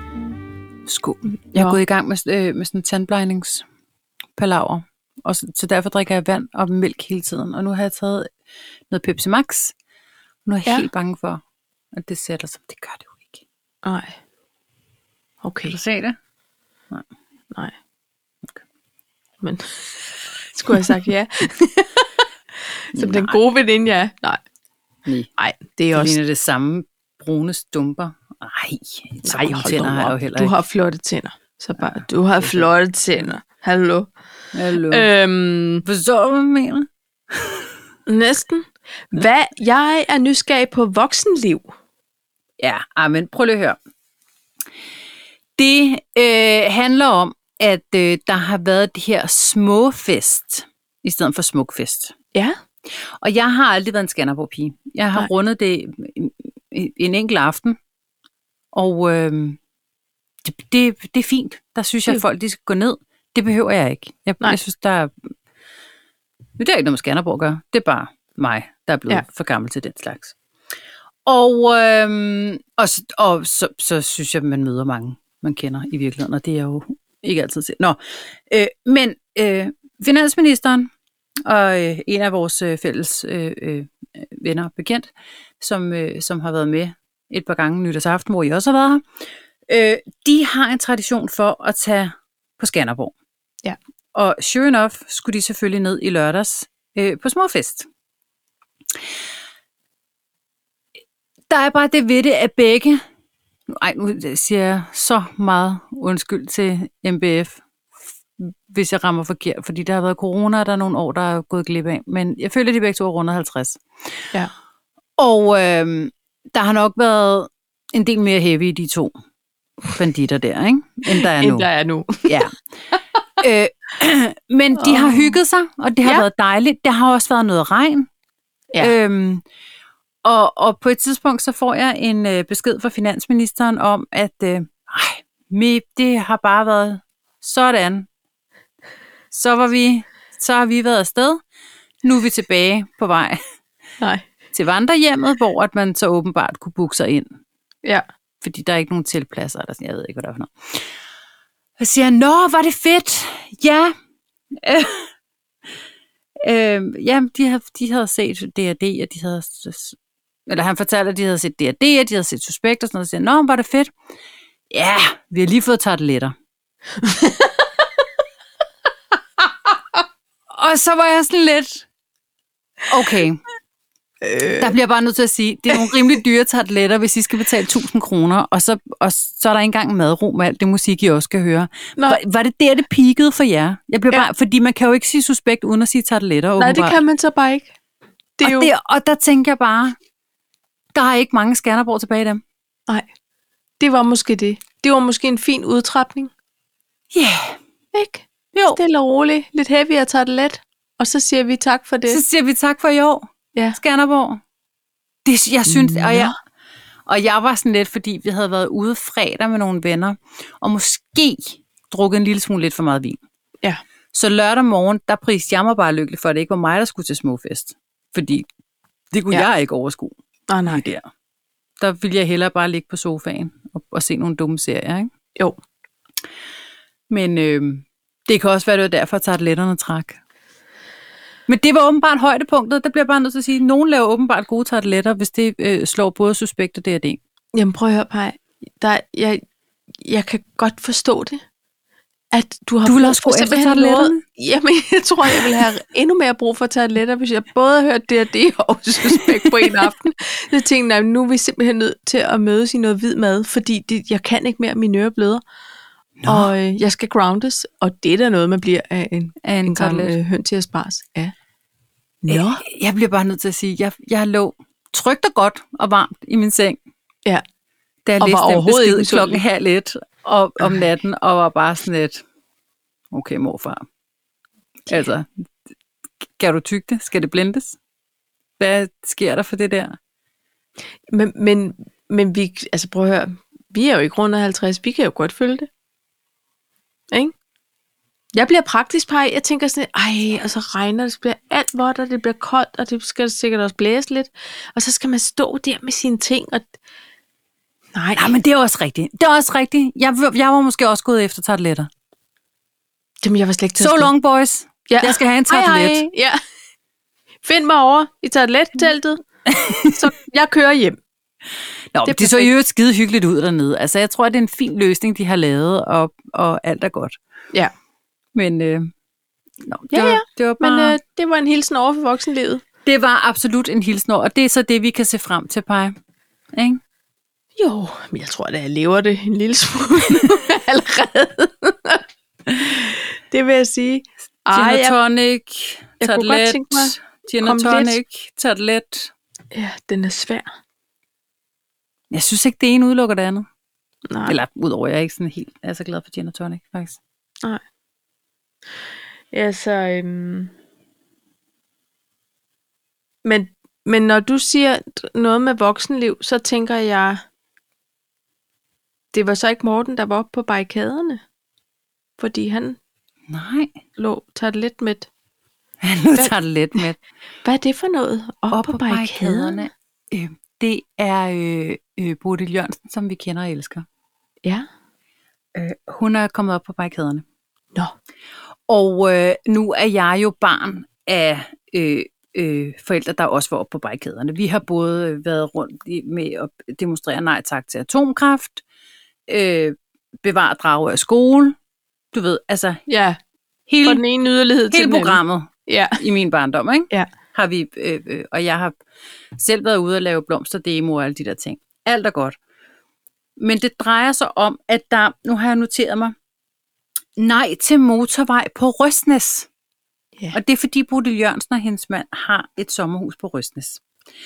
Speaker 1: Skål. Jeg er
Speaker 2: Nå.
Speaker 1: gået i gang med, øh, med sådan en tandblegningspalaver, og så, så derfor drikker jeg vand og mælk hele tiden. Og nu har jeg taget noget Pepsi Max. Nu er jeg ja.
Speaker 2: Ja.
Speaker 1: helt bange for, at det sætter sig. Det gør det jo ikke.
Speaker 2: Nej. Okay,
Speaker 1: Kan du se det?
Speaker 2: nej. Men skulle jeg have sagt ja? Som den gode veninde, jeg er. Nej.
Speaker 1: Nej.
Speaker 2: Nej, det er
Speaker 1: Det
Speaker 2: også
Speaker 1: ligner det samme brune stumper. Nej, så
Speaker 2: Nej,
Speaker 1: brune
Speaker 2: hold
Speaker 1: tænder
Speaker 2: tænder
Speaker 1: har jeg jo
Speaker 2: op.
Speaker 1: heller
Speaker 2: Du
Speaker 1: ikke.
Speaker 2: har flotte tænder. Så bare, du har flotte tænder. Hallo.
Speaker 1: Hallo. Øh.
Speaker 2: Øhm,
Speaker 1: Forstår du, hvad jeg mener?
Speaker 2: næsten. Hvad? Jeg er nysgerrig på voksenliv.
Speaker 1: Ja, ah, men prøv lige at høre. Det øh, handler om at øh, der har været det her småfest, i stedet for smukfest.
Speaker 2: Ja.
Speaker 1: Og jeg har aldrig været en Skanderborg-pige. Jeg har
Speaker 2: Nej.
Speaker 1: Nej. rundet det en- en enkelt aften, og øh, det, det, det er fint. Der synes jeg,
Speaker 2: Det-
Speaker 1: at folk de skal gå ned. Det behøver jeg ikke. Jeg,
Speaker 2: Nej.
Speaker 1: jeg synes, der er... Det er ikke noget med Skanderborg at gøre. Det er bare mig, der er blevet
Speaker 2: Ja.
Speaker 1: ja. for gammel til den slags. Og, øh, og, s- og så, så synes jeg, at man møder mange, man kender i virkeligheden, og det er jo ikke altid til. Nå, øh, men øh, finansministeren og øh, en af vores øh, fælles øh, øh, venner og bekendt, som, øh, som har været med et par gange nytårsaften, hvor I også har været her, øh, de har en tradition for at tage på Skanderborg.
Speaker 2: Ja.
Speaker 1: Og sure enough skulle de selvfølgelig ned i lørdags øh, på småfest. Der er bare det ved det, at begge... Ej, nu siger jeg så meget undskyld til MBF, hvis jeg rammer forkert, fordi der har været corona, og der er nogle år, der er gået glip af. Men jeg føler, at de begge to er rundet 50.
Speaker 2: Ja.
Speaker 1: Og øh, der har nok været en del mere heavy i de to banditter der, ikke? end der er nu.
Speaker 2: End der er nu.
Speaker 1: Ja. øh, men de har
Speaker 2: Åh.
Speaker 1: hygget sig, og det har
Speaker 2: Ja.
Speaker 1: ja. været dejligt. Der har også været noget regn.
Speaker 2: Ja.
Speaker 1: Øhm, og, og på et tidspunkt, så får jeg en øh, besked fra finansministeren om, at øh, ej, me, det har bare været sådan. Så var vi, så har vi været afsted. Nu er vi tilbage på vej
Speaker 2: Nej.
Speaker 1: til vandrehjemmet, hvor at man så åbenbart kunne booke sig ind
Speaker 2: Ja.
Speaker 1: fordi der er ikke nogen tilpladser, eller sådan, jeg ved ikke, hvad der er for noget. Og siger, han, nå, var det fedt, ja. Øh, øh, ja, de havde, de havde set D&D, og de havde, s- s- eller han fortalte, at de havde set D&D, og de havde set Suspekt og sådan noget, og siger, han, nå, var det fedt. Ja, vi har lige fået tarteletter. og så var jeg sådan lidt, okay,
Speaker 2: Øh,
Speaker 1: der bliver jeg bare nødt til at sige, det er nogle rimelig dyre tartletter, hvis I skal betale 1000 kroner, og så, og så er der ikke engang madro med alt det musik, I også skal høre.
Speaker 2: nej,
Speaker 1: Var, var det der, det peakede for jer? Jeg blev
Speaker 2: Ja.
Speaker 1: ja. bare, fordi man kan jo ikke sige suspekt uden at sige tartletter.
Speaker 2: nej, det kan man så bare ikke. Det er
Speaker 1: og,
Speaker 2: jo...
Speaker 1: det, og der tænker jeg bare, der er ikke mange Skanderborg tilbage i dem.
Speaker 2: Nej, det var måske det. Det var måske en fin udtrapning,
Speaker 1: Ja, yeah.
Speaker 2: ikke?
Speaker 1: jo.
Speaker 2: Stille og roligt, lidt heavy og tager det let. Og så siger vi tak for det.
Speaker 1: Så siger vi tak for i år,
Speaker 2: Ja.
Speaker 1: Skanderborg. Det, jeg synes, og
Speaker 2: Nå.
Speaker 1: jeg, og jeg var sådan lidt, fordi vi havde været ude fredag med nogle venner, og måske drukket en lille smule lidt for meget vin.
Speaker 2: Ja.
Speaker 1: Så lørdag morgen, der priste jeg mig bare lykkelig for, at det ikke var mig, der skulle til småfest. Fordi det kunne
Speaker 2: Ja.
Speaker 1: ja. jeg ikke overskue.
Speaker 2: Nej, Ah, nej.
Speaker 1: Der. der ville jeg hellere bare ligge på sofaen og, og se nogle dumme serier. Ikke?
Speaker 2: Jo.
Speaker 1: Men øh, det kan også være, at det var derfor, at tarteletterne trak. Men det var åbenbart højdepunktet. Der bliver jeg bare nødt til at sige, at nogen laver åbenbart gode tarteletter, hvis det øh, slår både suspekt og D&D.
Speaker 2: Jamen prøv at høre, Paj. Der, jeg, jeg kan godt forstå det. At du har
Speaker 1: Du vil
Speaker 2: brug
Speaker 1: også
Speaker 2: for
Speaker 1: gå efter
Speaker 2: simpelthen
Speaker 1: tarteletterne?
Speaker 2: noget- Jamen, jeg tror, jeg vil have endnu mere brug for tarteletter, hvis jeg både har hørt det og det og suspekt på en aften. Så tænkte jeg, nu er vi simpelthen nødt til at mødes i noget hvid mad, fordi det, jeg kan ikke mere, mine ører bløder.
Speaker 1: Nå.
Speaker 2: Og øh, jeg skal groundes, og det er da noget, man bliver af en,
Speaker 1: Af en,
Speaker 2: en gammel
Speaker 1: tartelet.
Speaker 2: øh, høn til at spars. Ja.
Speaker 1: Ja.
Speaker 2: Nå,
Speaker 1: Jeg bliver bare nødt til at sige, at jeg, jeg lå trygt og godt og varmt i min seng.
Speaker 2: Ja.
Speaker 1: Da jeg
Speaker 2: Og var
Speaker 1: og læste den
Speaker 2: overhovedet ikke
Speaker 1: besked
Speaker 2: usundelig.
Speaker 1: klokken halv et og, om natten, og var bare sådan et, okay morfar, altså, kan du tygge det? Skal det blendes? Hvad sker der for det der?
Speaker 2: men, men, men vi, altså prøv at høre, vi er jo ikke rundt af 50, vi kan jo godt følge det. Ikke? Jeg bliver praktisk pej, jeg tænker sådan, ej, og så regner det, så bliver alt vådt, og det bliver koldt, og det skal sikkert også blæse lidt. Og så skal man stå der med sine ting, og... Nej,
Speaker 1: Nej,
Speaker 2: men...
Speaker 1: men det er også rigtigt. Det er også rigtigt. Jeg, jeg var måske også gået efter tartletter.
Speaker 2: Dem, jeg var slet ikke til at
Speaker 1: So
Speaker 2: stå.
Speaker 1: long, boys.
Speaker 2: Ja.
Speaker 1: Jeg skal have en
Speaker 2: Hej, hej.
Speaker 1: tartelet.
Speaker 2: Ja. Find mig over i tartlet-teltet, så jeg kører hjem.
Speaker 1: Nå,
Speaker 2: Det er
Speaker 1: det, det så
Speaker 2: perfekt.
Speaker 1: i øvrigt skide hyggeligt ud dernede. Altså, jeg tror, at det er en fin løsning, de har lavet, og, og alt er godt.
Speaker 2: Ja.
Speaker 1: Men øh, nå, det,
Speaker 2: Ja,
Speaker 1: var,
Speaker 2: ja,
Speaker 1: det var
Speaker 2: Men
Speaker 1: bare... Men, øh,
Speaker 2: øh, det var en hilsen over for voksenlivet.
Speaker 1: det var absolut en hilsen over, og det er så det, vi kan se frem til, Paj. Ikke?
Speaker 2: Jo, men jeg tror da, jeg lever det en lille smule nu allerede. det vil jeg sige.
Speaker 1: Gin
Speaker 2: Ej,
Speaker 1: og
Speaker 2: jeg,
Speaker 1: tonic,
Speaker 2: jeg kunne godt
Speaker 1: tartlet,
Speaker 2: tænke mig
Speaker 1: gin
Speaker 2: kom
Speaker 1: og
Speaker 2: lidt.
Speaker 1: tonic, tartlet.
Speaker 2: ja, den er svær.
Speaker 1: Jeg synes ikke, det ene udelukker det andet.
Speaker 2: Nej.
Speaker 1: Eller udover, jeg er ikke sådan helt er så glad for gin og tonic, faktisk.
Speaker 2: Ja, så... Øhm... Men, men når du siger noget med voksenliv, så tænker jeg, det var så ikke Morten, der var oppe på barrikaderne. Fordi han
Speaker 1: Nej,
Speaker 2: lå tager det lidt med.
Speaker 1: han tager det let med.
Speaker 2: Hvad er det for noget? Op,
Speaker 1: Op på barrikaderne. Øh, det er øh, øh, Bodil Jørgensen, som vi kender og elsker.
Speaker 2: Ja.
Speaker 1: Øh, hun er kommet op på barrikaderne.
Speaker 2: Nå.
Speaker 1: Og øh, nu er jeg jo barn af øh, øh, forældre, der også var oppe på barrikaderne. Vi har både øh, været rundt i- med at demonstrere nej tak til atomkraft, øh, bevare drage af skole, du ved, altså
Speaker 2: Ja, fra
Speaker 1: hele,
Speaker 2: den ene yderlighed til
Speaker 1: hele
Speaker 2: den anden.
Speaker 1: programmet
Speaker 2: Ja.
Speaker 1: i min barndom, ikke?
Speaker 2: Ja.
Speaker 1: Har vi, øh, øh, og jeg har selv været ude og lave blomsterdemo og alle de der ting. Alt er godt. Men det drejer sig om, at der, nu har jeg noteret mig, nej til motorvej på Røstnes.
Speaker 2: Ja.
Speaker 1: Og det er fordi Bodil Jørgensen og hendes mand har et sommerhus på Røstnes.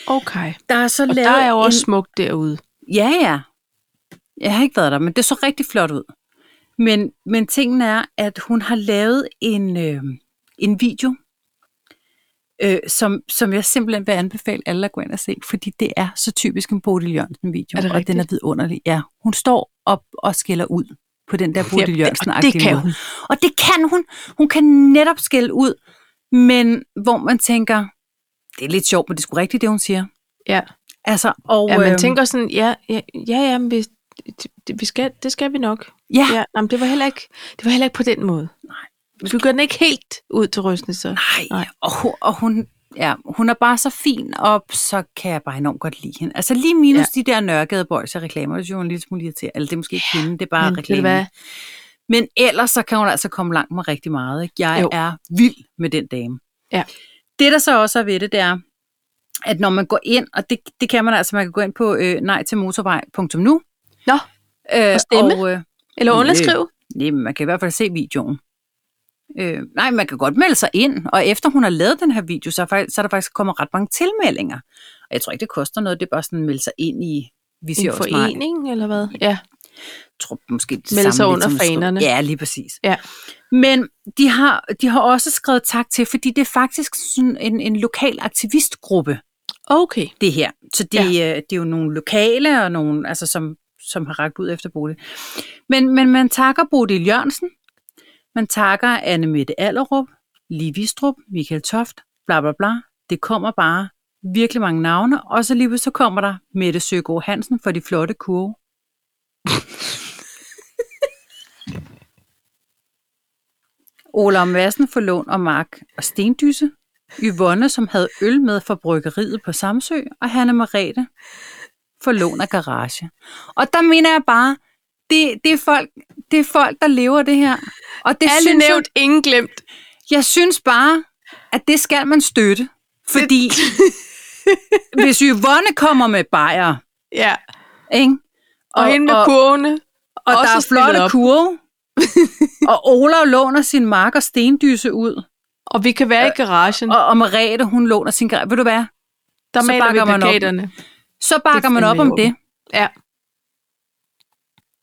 Speaker 2: Okay.
Speaker 1: Der er så
Speaker 2: Og
Speaker 1: lavet
Speaker 2: der er jo også
Speaker 1: en...
Speaker 2: smukt derude.
Speaker 1: Ja, ja. Jeg har ikke været der, men det så rigtig flot ud. Men, men tingen er, at hun har lavet en, øh, en video, øh, som, som jeg simpelthen vil anbefale alle at gå ind og se, fordi det er så typisk en Bodil Jørgensen-video,
Speaker 2: Er det
Speaker 1: og den er
Speaker 2: rigtigt?
Speaker 1: vidunderlig. Ja, hun står op og skælder ud på den der Bodil
Speaker 2: og
Speaker 1: Jørgensen-agtige
Speaker 2: det kan
Speaker 1: måde.
Speaker 2: hun.
Speaker 1: Og det kan hun. Hun kan netop skælde ud, men hvor man tænker, det er lidt sjovt, men det er sgu rigtigt, det hun siger.
Speaker 2: Ja.
Speaker 1: Altså, og,
Speaker 2: Ja, man
Speaker 1: øhm,
Speaker 2: tænker sådan, ja, ja, ja, ja men vi, det- det, vi skal, det skal vi nok.
Speaker 1: ja,
Speaker 2: Ja, nej, men det var heller ikke, det var heller ikke på den måde.
Speaker 1: Nej.
Speaker 2: Vi bygger den ikke helt ud til Røsnes, så.
Speaker 1: Nej,
Speaker 2: Nej.
Speaker 1: Og, hun, og hun, ja, hun er bare så fin, og så kan jeg bare enormt godt lide hende. Altså lige minus ja. de der nørkede boys og reklamer, det synes jeg er en lille smule irriterende. Eller det er måske ikke hende, det er bare
Speaker 2: men ved du hvad?
Speaker 1: reklamer. Men ellers så kan hun altså komme langt med rigtig meget. Ikke? Jeg
Speaker 2: Jo.
Speaker 1: jo. er vild med den dame.
Speaker 2: Ja.
Speaker 1: Det der så også er ved det, det er, at når man går ind, og det, det kan man altså, man kan gå ind på øh, nej til motorvej.nu.
Speaker 2: Nå,
Speaker 1: øh,
Speaker 2: og stemme?
Speaker 1: Og, øh,
Speaker 2: Eller
Speaker 1: Øh,
Speaker 2: underskrive.
Speaker 1: Nej, men man kan i hvert fald se videoen. Øh, nej, man kan godt melde sig ind, og efter hun har lavet den her video, så er, fak- så er der faktisk kommet ret mange tilmeldinger. Og jeg tror ikke, det koster noget, det er bare sådan at melde sig ind i, vi siger
Speaker 2: En
Speaker 1: også mig,
Speaker 2: forening, eller hvad? Ja,
Speaker 1: tror måske det samme
Speaker 2: Melde sig
Speaker 1: lidt
Speaker 2: under
Speaker 1: som at skrive.
Speaker 2: fanerne.
Speaker 1: Ja, lige præcis.
Speaker 2: Ja.
Speaker 1: Men de har, de har også skrevet tak til, fordi det er faktisk sådan en, en lokal aktivistgruppe,
Speaker 2: okay.
Speaker 1: det her. Så det, ja. øh, det er jo nogle lokale, og nogle, altså, som, som har ragt ud efter Bodil. Men, men man takker Bodil Jørgensen, man takker Anne Mette Allerup, Livistrup, Michael Toft, bla bla bla. Det kommer bare virkelig mange navne, og så lige pludselig så kommer der Mette Søgaard Hansen for de flotte kurve. Ola Madsen for lån og mark og stendysse. Yvonne, som havde øl med fra bryggeriet på Samsø, og Hanne Marete for lån af garage. Og der mener jeg bare, det, det, er, folk, det er folk, der lever det her. Og det
Speaker 2: Alle
Speaker 1: synes jeg,
Speaker 2: nævnt, ingen glemt.
Speaker 1: jeg synes bare, at det skal man støtte. Fordi hvis Yvonne kommer med bajer,
Speaker 2: Ja,
Speaker 1: ikke?
Speaker 2: og, og hende med kurvene.
Speaker 1: og der
Speaker 2: også
Speaker 1: er flotte
Speaker 2: stillet op.
Speaker 1: kurve, og Ola låner sin mark og stendyse ud,
Speaker 2: Og vi kan være i garagen.
Speaker 1: Øh, og, og Merete, hun låner sin grej. Ved du hvad?
Speaker 2: der
Speaker 1: så
Speaker 2: maler vi
Speaker 1: bakker man op.
Speaker 2: plakaterne.
Speaker 1: Så bakker man op
Speaker 2: fandme i
Speaker 1: om
Speaker 2: orden.
Speaker 1: det.
Speaker 2: Ja.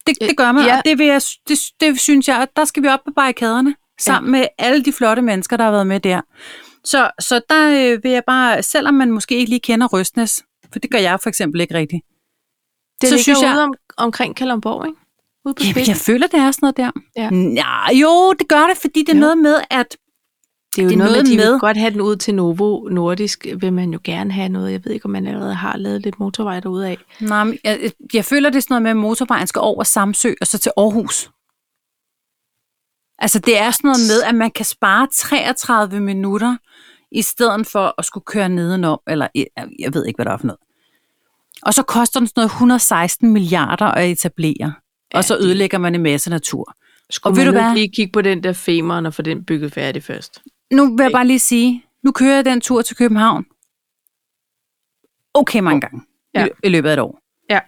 Speaker 1: Det, det gør man,
Speaker 2: Ja.
Speaker 1: ja. og det, vil jeg, det, det synes jeg, at der skal vi op på barrikaderne, sammen ja. med alle de flotte mennesker, der har været med der. Så, så der øh, vil jeg bare, selvom man måske ikke lige kender Røstnes, for det gør jeg for eksempel ikke rigtigt.
Speaker 2: Det
Speaker 1: Så
Speaker 2: ligger
Speaker 1: synes jeg-
Speaker 2: ude om, omkring Kalundborg, ikke? Ude på
Speaker 1: Jamen,
Speaker 2: spidsen.
Speaker 1: jeg føler, det er sådan noget der.
Speaker 2: Ja.
Speaker 1: Nej, jo, det gør det, fordi det er
Speaker 2: Jo.
Speaker 1: jo. noget med, at
Speaker 2: Det er jo
Speaker 1: Det er
Speaker 2: noget,
Speaker 1: noget
Speaker 2: med, at de vil
Speaker 1: med-
Speaker 2: godt have den ud til Novo Nordisk, vil man jo gerne have noget. Jeg ved ikke, om man allerede har lavet lidt motorvej derude af.
Speaker 1: nej, men jeg, jeg føler, det er sådan noget med, at motorvejen skal over Samsø og så til Aarhus. Altså, det er sådan noget med, at man kan spare 33 minutter, i stedet for at skulle køre nedenom, eller jeg, jeg ved ikke, hvad der er for noget. Og så koster den sådan noget 116 milliarder at etablere, ja, og så
Speaker 2: det-
Speaker 1: ødelægger man en masse natur.
Speaker 2: Skulle og ved du hvad? lige kigge på den der femeren og få den bygget færdig først?
Speaker 1: Nu vil jeg
Speaker 2: Ikke?
Speaker 1: bare lige sige, nu kører jeg den tur til København. Okay mange gange
Speaker 2: Ja.
Speaker 1: ja. i løbet af et år.
Speaker 2: Ja.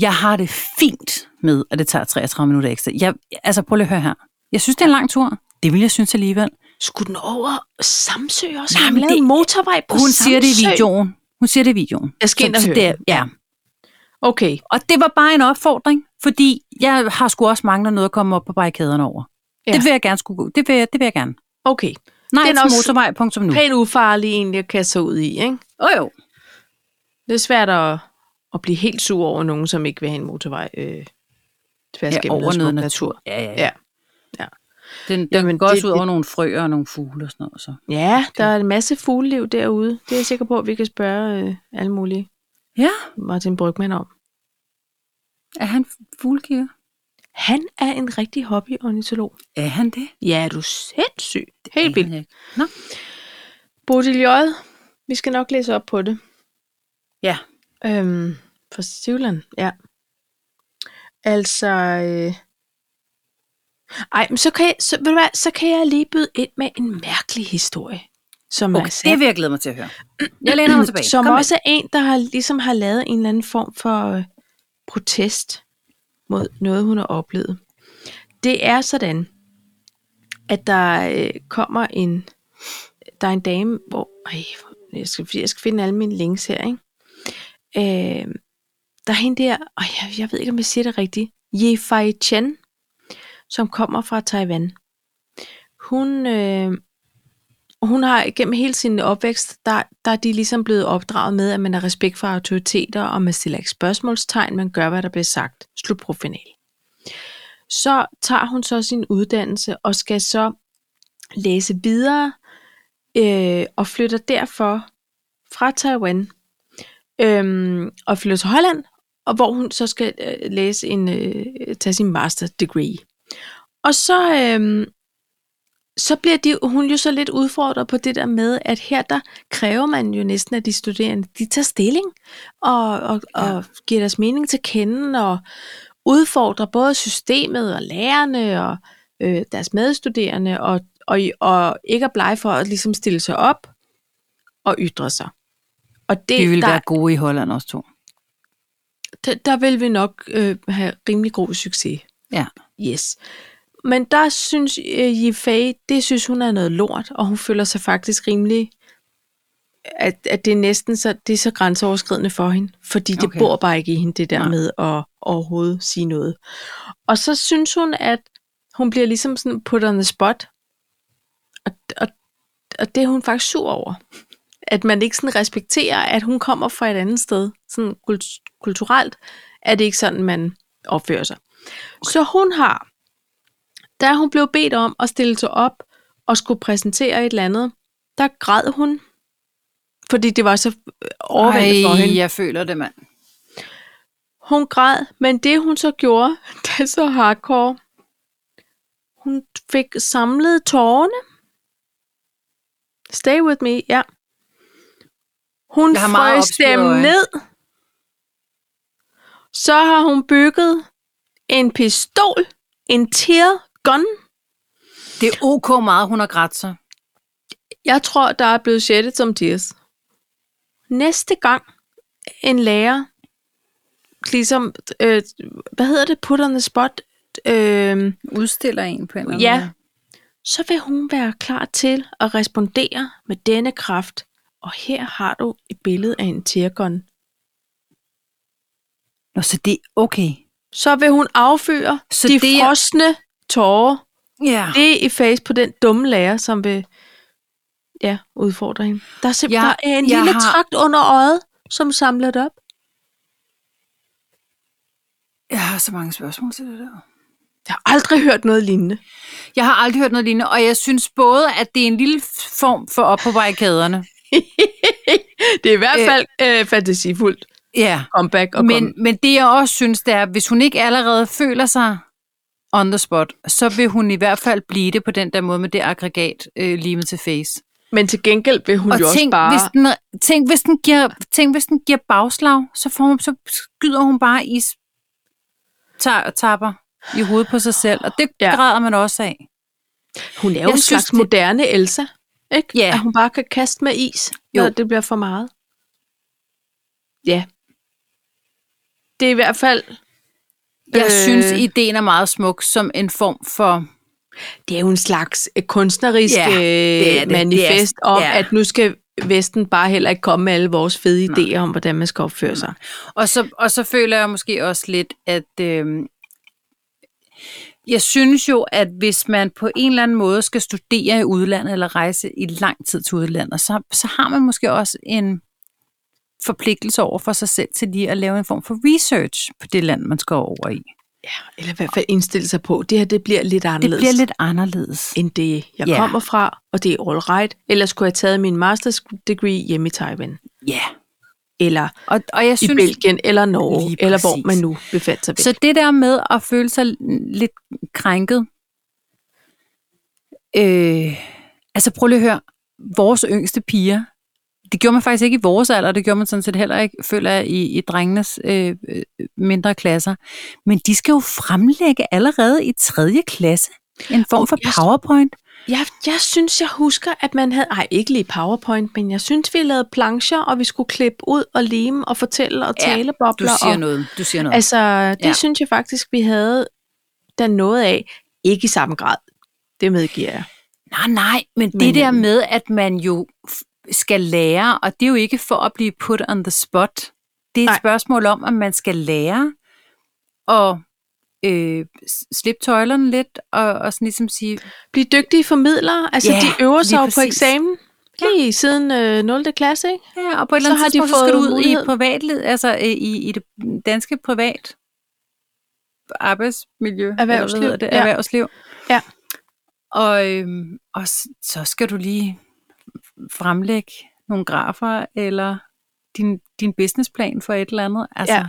Speaker 1: Jeg har det fint med, at det tager 33 minutter ekstra. Jeg, altså prøv lige at høre her. Jeg synes, det er en lang tur. Det vil jeg synes alligevel.
Speaker 2: Skulle den over Samsø også?
Speaker 1: Nej,
Speaker 2: Har man
Speaker 1: men
Speaker 2: lavet
Speaker 1: det-
Speaker 2: en motorvej på
Speaker 1: Hun
Speaker 2: Samsø?
Speaker 1: siger det i videoen. Hun siger det i videoen.
Speaker 2: Jeg skal ind og
Speaker 1: Så- så
Speaker 2: høre
Speaker 1: det er- Ja.
Speaker 2: Okay,
Speaker 1: Og det var bare en opfordring, fordi jeg har sgu også manglet noget at komme op på barrikaderne over. Ja.
Speaker 2: Ja.
Speaker 1: Det vil jeg gerne skulle gå. Det vil jeg, det vil jeg gerne.
Speaker 2: Okay.
Speaker 1: Nej,
Speaker 2: Det
Speaker 1: det
Speaker 2: er
Speaker 1: er
Speaker 2: nok-
Speaker 1: motorvej, punktum nu.
Speaker 2: Pænt ufarlig egentlig at kaste sig ud i, ikke?
Speaker 1: Åh jo.
Speaker 2: Det er svært at, at blive helt sur over nogen, som ikke vil have en motorvej øh, tværs
Speaker 1: Ja,
Speaker 2: gennem
Speaker 1: over noget
Speaker 2: smuk
Speaker 1: natur. Ja, ja,
Speaker 2: Ja. Ja.
Speaker 1: Den, den
Speaker 2: Jamen,
Speaker 1: Jamen, går også
Speaker 2: det-
Speaker 1: ud
Speaker 2: det-
Speaker 1: over nogle frøer og nogle fugle og sådan noget. Så.
Speaker 2: Ja, der er en masse fugleliv derude. Det er jeg sikker på, at vi kan spørge øh, alle mulige
Speaker 1: Ja,
Speaker 2: Martin Brygman om.
Speaker 1: er han fuglekigger?
Speaker 2: Han er en rigtig hobbyornitolog.
Speaker 1: Er han det?
Speaker 2: Ja, er du sindssyg.
Speaker 1: Aner
Speaker 2: Helt vildt.
Speaker 1: jeg ikke.
Speaker 2: Bodil J., vi skal nok læse op på det.
Speaker 1: Ja.
Speaker 2: Øhm, fra Sivland, ja. Altså, øh... Ej, men så kan, jeg, så, ved du hvad, så kan jeg lige byde ind med en mærkelig historie, som er
Speaker 1: Okay,
Speaker 2: sat
Speaker 1: det vil jeg glæde mig til at høre. Jeg læner mig tilbage.
Speaker 2: Som
Speaker 1: Kom med.
Speaker 2: også er en, der har, ligesom har lavet en eller anden form for øh, protest mod noget, hun har oplevet. Det er sådan, at der øh, kommer en, der er en dame, hvor, ej, hvor- jeg skal, jeg skal finde alle mine links her, ikke? Øh, der er hende der, og jeg, jeg ved ikke, om jeg siger det rigtigt, Ye Fai Chen, som kommer fra Taiwan. Hun, øh, hun har gennem hele sin opvækst, der, der er de ligesom blevet opdraget med, at man har respekt for autoriteter, og man stiller ikke spørgsmålstegn, man gør, hvad der bliver sagt. Slut profanal. Så tager hun så sin uddannelse og skal så læse videre øh, og flytter derfor fra Taiwan øhm, og flytter til Holland, og hvor hun så skal øh, læse en, øh, tage sin master degree. Og så øhm, så bliver de, hun jo så lidt udfordret på det der med, at her der kræver man jo næsten, at de studerende, de tager stilling og, og, ja. og giver deres mening til kende og udfordrer både systemet og lærerne og øh, deres medstuderende og, og, og ikke er blege for at ligesom stille sig op og ytre sig. Og det,
Speaker 1: Vi vil
Speaker 2: der,
Speaker 1: være gode i Holland også to.
Speaker 2: der, der vil vi nok øh, have rimelig god succes.
Speaker 1: Ja.
Speaker 2: Yes. Men der synes øh, Yifei, det synes hun er noget lort, og hun føler sig faktisk rimelig, at, at det er næsten så, det er så grænseoverskridende for hende, fordi det
Speaker 1: Okay.
Speaker 2: bor bare ikke i hende, det der
Speaker 1: Nej.
Speaker 2: med at overhovedet sige noget. Og så synes hun, at hun bliver ligesom sådan put on the spot, og, og, og det er hun faktisk sur over. At man ikke sådan respekterer, at hun kommer fra et andet sted, sådan kult- kulturelt, er det ikke sådan, man opfører sig. Okay. Så hun har, da hun blev bedt om at stille sig op og skulle præsentere et eller andet, der græd hun, fordi det var så øh, overvældende for hende.
Speaker 1: Ej, jeg føler det, mand.
Speaker 2: Hun græd, men det hun så gjorde, det er så hardcore. Hun fik samlet tårerne. Stay with me, ja. Hun
Speaker 1: Jeg har meget
Speaker 2: frøs
Speaker 1: opstyr
Speaker 2: dem
Speaker 1: øje.
Speaker 2: ned. Så har hun bygget en pistol, en tear gun.
Speaker 1: Det er ok meget, hun har grædt sig.
Speaker 2: Jeg tror, der er blevet shettet som tears. Næste gang en lærer, ligesom, øh, hvad hedder det, put on the spot, øh,
Speaker 1: Udstiller en på en eller anden
Speaker 2: Ja.
Speaker 1: måde.
Speaker 2: så vil hun være klar til at respondere med denne kraft. Og her har du et billede af en tirgon.
Speaker 1: Nå, så det er okay.
Speaker 2: Så vil hun afføre
Speaker 1: Så
Speaker 2: så de
Speaker 1: det er- Ah.
Speaker 2: frosne tårer.
Speaker 1: Ja.
Speaker 2: Det er i face på den dumme lærer, som vil ja, udfordre hende. Der er simpelthen
Speaker 1: Jeg-
Speaker 2: der er en
Speaker 1: jeg
Speaker 2: lille
Speaker 1: har-
Speaker 2: trakt under øjet, som samler det op.
Speaker 1: Jeg har så mange spørgsmål til det der.
Speaker 2: Jeg har aldrig hørt noget lignende.
Speaker 1: Jeg har aldrig hørt noget lignende, og jeg synes både, at det er en lille form for op på barrikaderne.
Speaker 2: det er i hvert
Speaker 1: Øh.
Speaker 2: fald øh, fantasifuldt
Speaker 1: Ja,
Speaker 2: comeback og
Speaker 1: men,
Speaker 2: men,
Speaker 1: men det jeg også synes, det er, at hvis hun ikke allerede føler sig on the spot, så vil hun i hvert fald blive det på den der måde med det aggregat øh, limet til face.
Speaker 2: men til gengæld vil hun
Speaker 1: og
Speaker 2: jo også
Speaker 1: tænk,
Speaker 2: bare...
Speaker 1: hvis den, tænk, hvis den giver, tænk, hvis den giver bagslag, så, får hun, så skyder hun bare i s- ta- tapper i hovedet på sig selv, og det ja.
Speaker 2: Ja.
Speaker 1: græder man også af.
Speaker 2: Hun er jo
Speaker 1: Jeg
Speaker 2: en
Speaker 1: synes,
Speaker 2: slags
Speaker 1: det-
Speaker 2: moderne Elsa, ikke?
Speaker 1: Ja.
Speaker 2: At hun bare kan kaste med is,
Speaker 1: Jo.
Speaker 2: jo. når det bliver for meget. Ja. Det er i hvert fald...
Speaker 1: Jeg øh.
Speaker 2: Øh.
Speaker 1: synes, ideen er meget smuk som en form for...
Speaker 2: Det er jo en slags øh, kunstnerisk
Speaker 1: Ja,
Speaker 2: ja,
Speaker 1: det er det.
Speaker 2: det. manifest
Speaker 1: Det er-
Speaker 2: om,
Speaker 1: ja.
Speaker 2: at nu skal Vesten bare heller ikke komme med alle vores fede idéer om, hvordan man skal opføre sig.
Speaker 1: Og så, og så føler jeg måske også lidt, at øh, jeg synes jo, at hvis man på en eller anden måde skal studere i udlandet eller rejse i lang tid til udlandet, så, så har man måske også en forpligtelse over for sig selv til lige at lave en form for research på det land, man skal over i.
Speaker 2: Ja, eller i hvert fald indstille sig på, det her det bliver lidt
Speaker 1: Det
Speaker 2: anderledes
Speaker 1: bliver lidt anderledes.
Speaker 2: end det, jeg
Speaker 1: Ja.
Speaker 2: kommer fra, og det er all right. Ellers kunne jeg have taget min master's degree hjemme i Taiwan,
Speaker 1: Ja. Yeah.
Speaker 2: eller
Speaker 1: Og, og jeg
Speaker 2: i
Speaker 1: synes,
Speaker 2: Belgien, eller Norge,
Speaker 1: Lige
Speaker 2: eller hvor
Speaker 1: præcis.
Speaker 2: man nu befandt sig. Så,
Speaker 1: Så det der med at føle sig lidt krænket. Øh, altså prøv lige at høre. Vores yngste piger. Det gjorde man faktisk ikke i vores alder, og det gjorde man sådan set heller ikke, føler jeg, i, i drengenes øh, øh, mindre klasser. Men de skal jo fremlægge allerede i 3. klasse en form
Speaker 2: Og
Speaker 1: for
Speaker 2: jeg-
Speaker 1: powerpoint.
Speaker 2: jeg, jeg synes, jeg husker, at man havde, ej ikke lige PowerPoint, men jeg synes, vi lavede plancher, og vi skulle klippe ud og lime og fortælle og
Speaker 1: Ja,
Speaker 2: talebobler. og,
Speaker 1: noget. Du siger noget. Altså,
Speaker 2: Altså, det
Speaker 1: Ja.
Speaker 2: ja. synes jeg faktisk, vi havde der noget af. Ikke i samme grad. Det medgiver jeg.
Speaker 1: nej, nej, men det
Speaker 2: Men,
Speaker 1: der
Speaker 2: øh,
Speaker 1: med, at man jo f- skal lære, og det er jo ikke for at blive put on the spot. Det er et nej.
Speaker 2: Nej.
Speaker 1: spørgsmål om, at man skal lære og øh, s- slippe tøjlerne lidt, og, og sådan ligesom sige,
Speaker 2: Blive dygtige formidlere. Altså,
Speaker 1: Ja,
Speaker 2: yeah, de øver
Speaker 1: lige
Speaker 2: sig jo på
Speaker 1: præcis.
Speaker 2: eksamen. Lige ja. siden øh, 0. klasse, ikke?
Speaker 1: ja, og på et eller
Speaker 2: Så
Speaker 1: andet
Speaker 2: har de
Speaker 1: tidspunkt, så skal du
Speaker 2: fået
Speaker 1: ud i
Speaker 2: mulighed.
Speaker 1: privatliv, altså øh, i, i det danske privat arbejdsmiljø,
Speaker 2: Erhvervsliv,
Speaker 1: eller hvad hedder det,
Speaker 2: ja.
Speaker 1: erhvervsliv.
Speaker 2: Ja.
Speaker 1: Og, øhm, og s- så skal du lige fremlægge nogle grafer, eller din, din businessplan for et eller andet. Altså,
Speaker 2: Ja.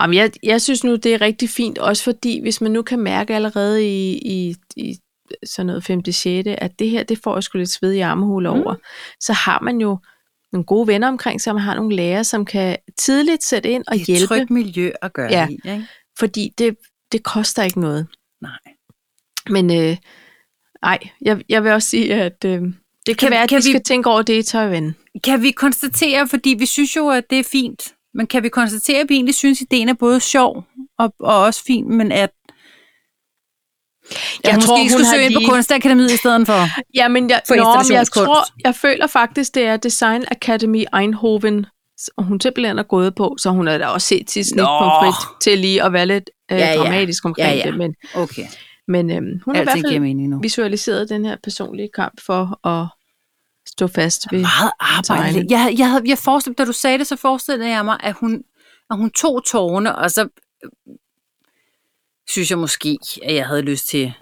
Speaker 2: Jamen, jeg, jeg synes nu, det er rigtig fint, også fordi, hvis man nu kan mærke allerede i, i, i sådan noget 5. 6., at det her, det får jeg sgu lidt sved i armhul
Speaker 1: Mm.
Speaker 2: over, så har man jo nogle gode venner omkring sig, man har nogle lærere, som kan tidligt sætte ind og
Speaker 1: det er et
Speaker 2: hjælpe,
Speaker 1: trygt miljø at gøre
Speaker 2: Ja.
Speaker 1: det i, ikke?
Speaker 2: fordi det, det koster ikke noget.
Speaker 1: Nej.
Speaker 2: Men øh, ej, jeg, jeg vil også sige, at øh, det kan,
Speaker 1: Kan-
Speaker 2: kan være, at
Speaker 1: kan
Speaker 2: kan vi
Speaker 1: vi-
Speaker 2: skal tænke over det i Taiwan.
Speaker 1: Kan vi konstatere, fordi vi synes jo, at det er fint, men kan vi konstatere, at vi egentlig synes, at ideen er både sjov og, og også fin, men at jeg, jeg måske tror, ikke skulle søge ind på Kunstakademiet i stedet for?
Speaker 2: Ja, men jeg,
Speaker 1: for
Speaker 2: nå, men jeg
Speaker 1: installationskunst.
Speaker 2: tror, jeg føler faktisk, det er Design Academy Eindhoven, og hun simpelthen er gået på, så hun har da også set sit snit
Speaker 1: Nå.
Speaker 2: på frit til lige at være lidt øh,
Speaker 1: Ja,
Speaker 2: ja,
Speaker 1: ja.
Speaker 2: ja. dramatisk omkring
Speaker 1: Ja,
Speaker 2: ja,
Speaker 1: ja.
Speaker 2: ja. det. Men,
Speaker 1: Okay,
Speaker 2: men øhm, hun har i hvert
Speaker 1: alting giver
Speaker 2: fald
Speaker 1: mening nu.
Speaker 2: visualiseret den her personlige kamp for at stå fast ved...
Speaker 1: meget arbejde.
Speaker 2: tegne.
Speaker 1: Jeg, havde- jeg, havde, jeg forestillede, da du sagde det, så forestillede jeg mig, at hun, at hun tog tårne, og så øh, synes jeg måske, at jeg havde lyst til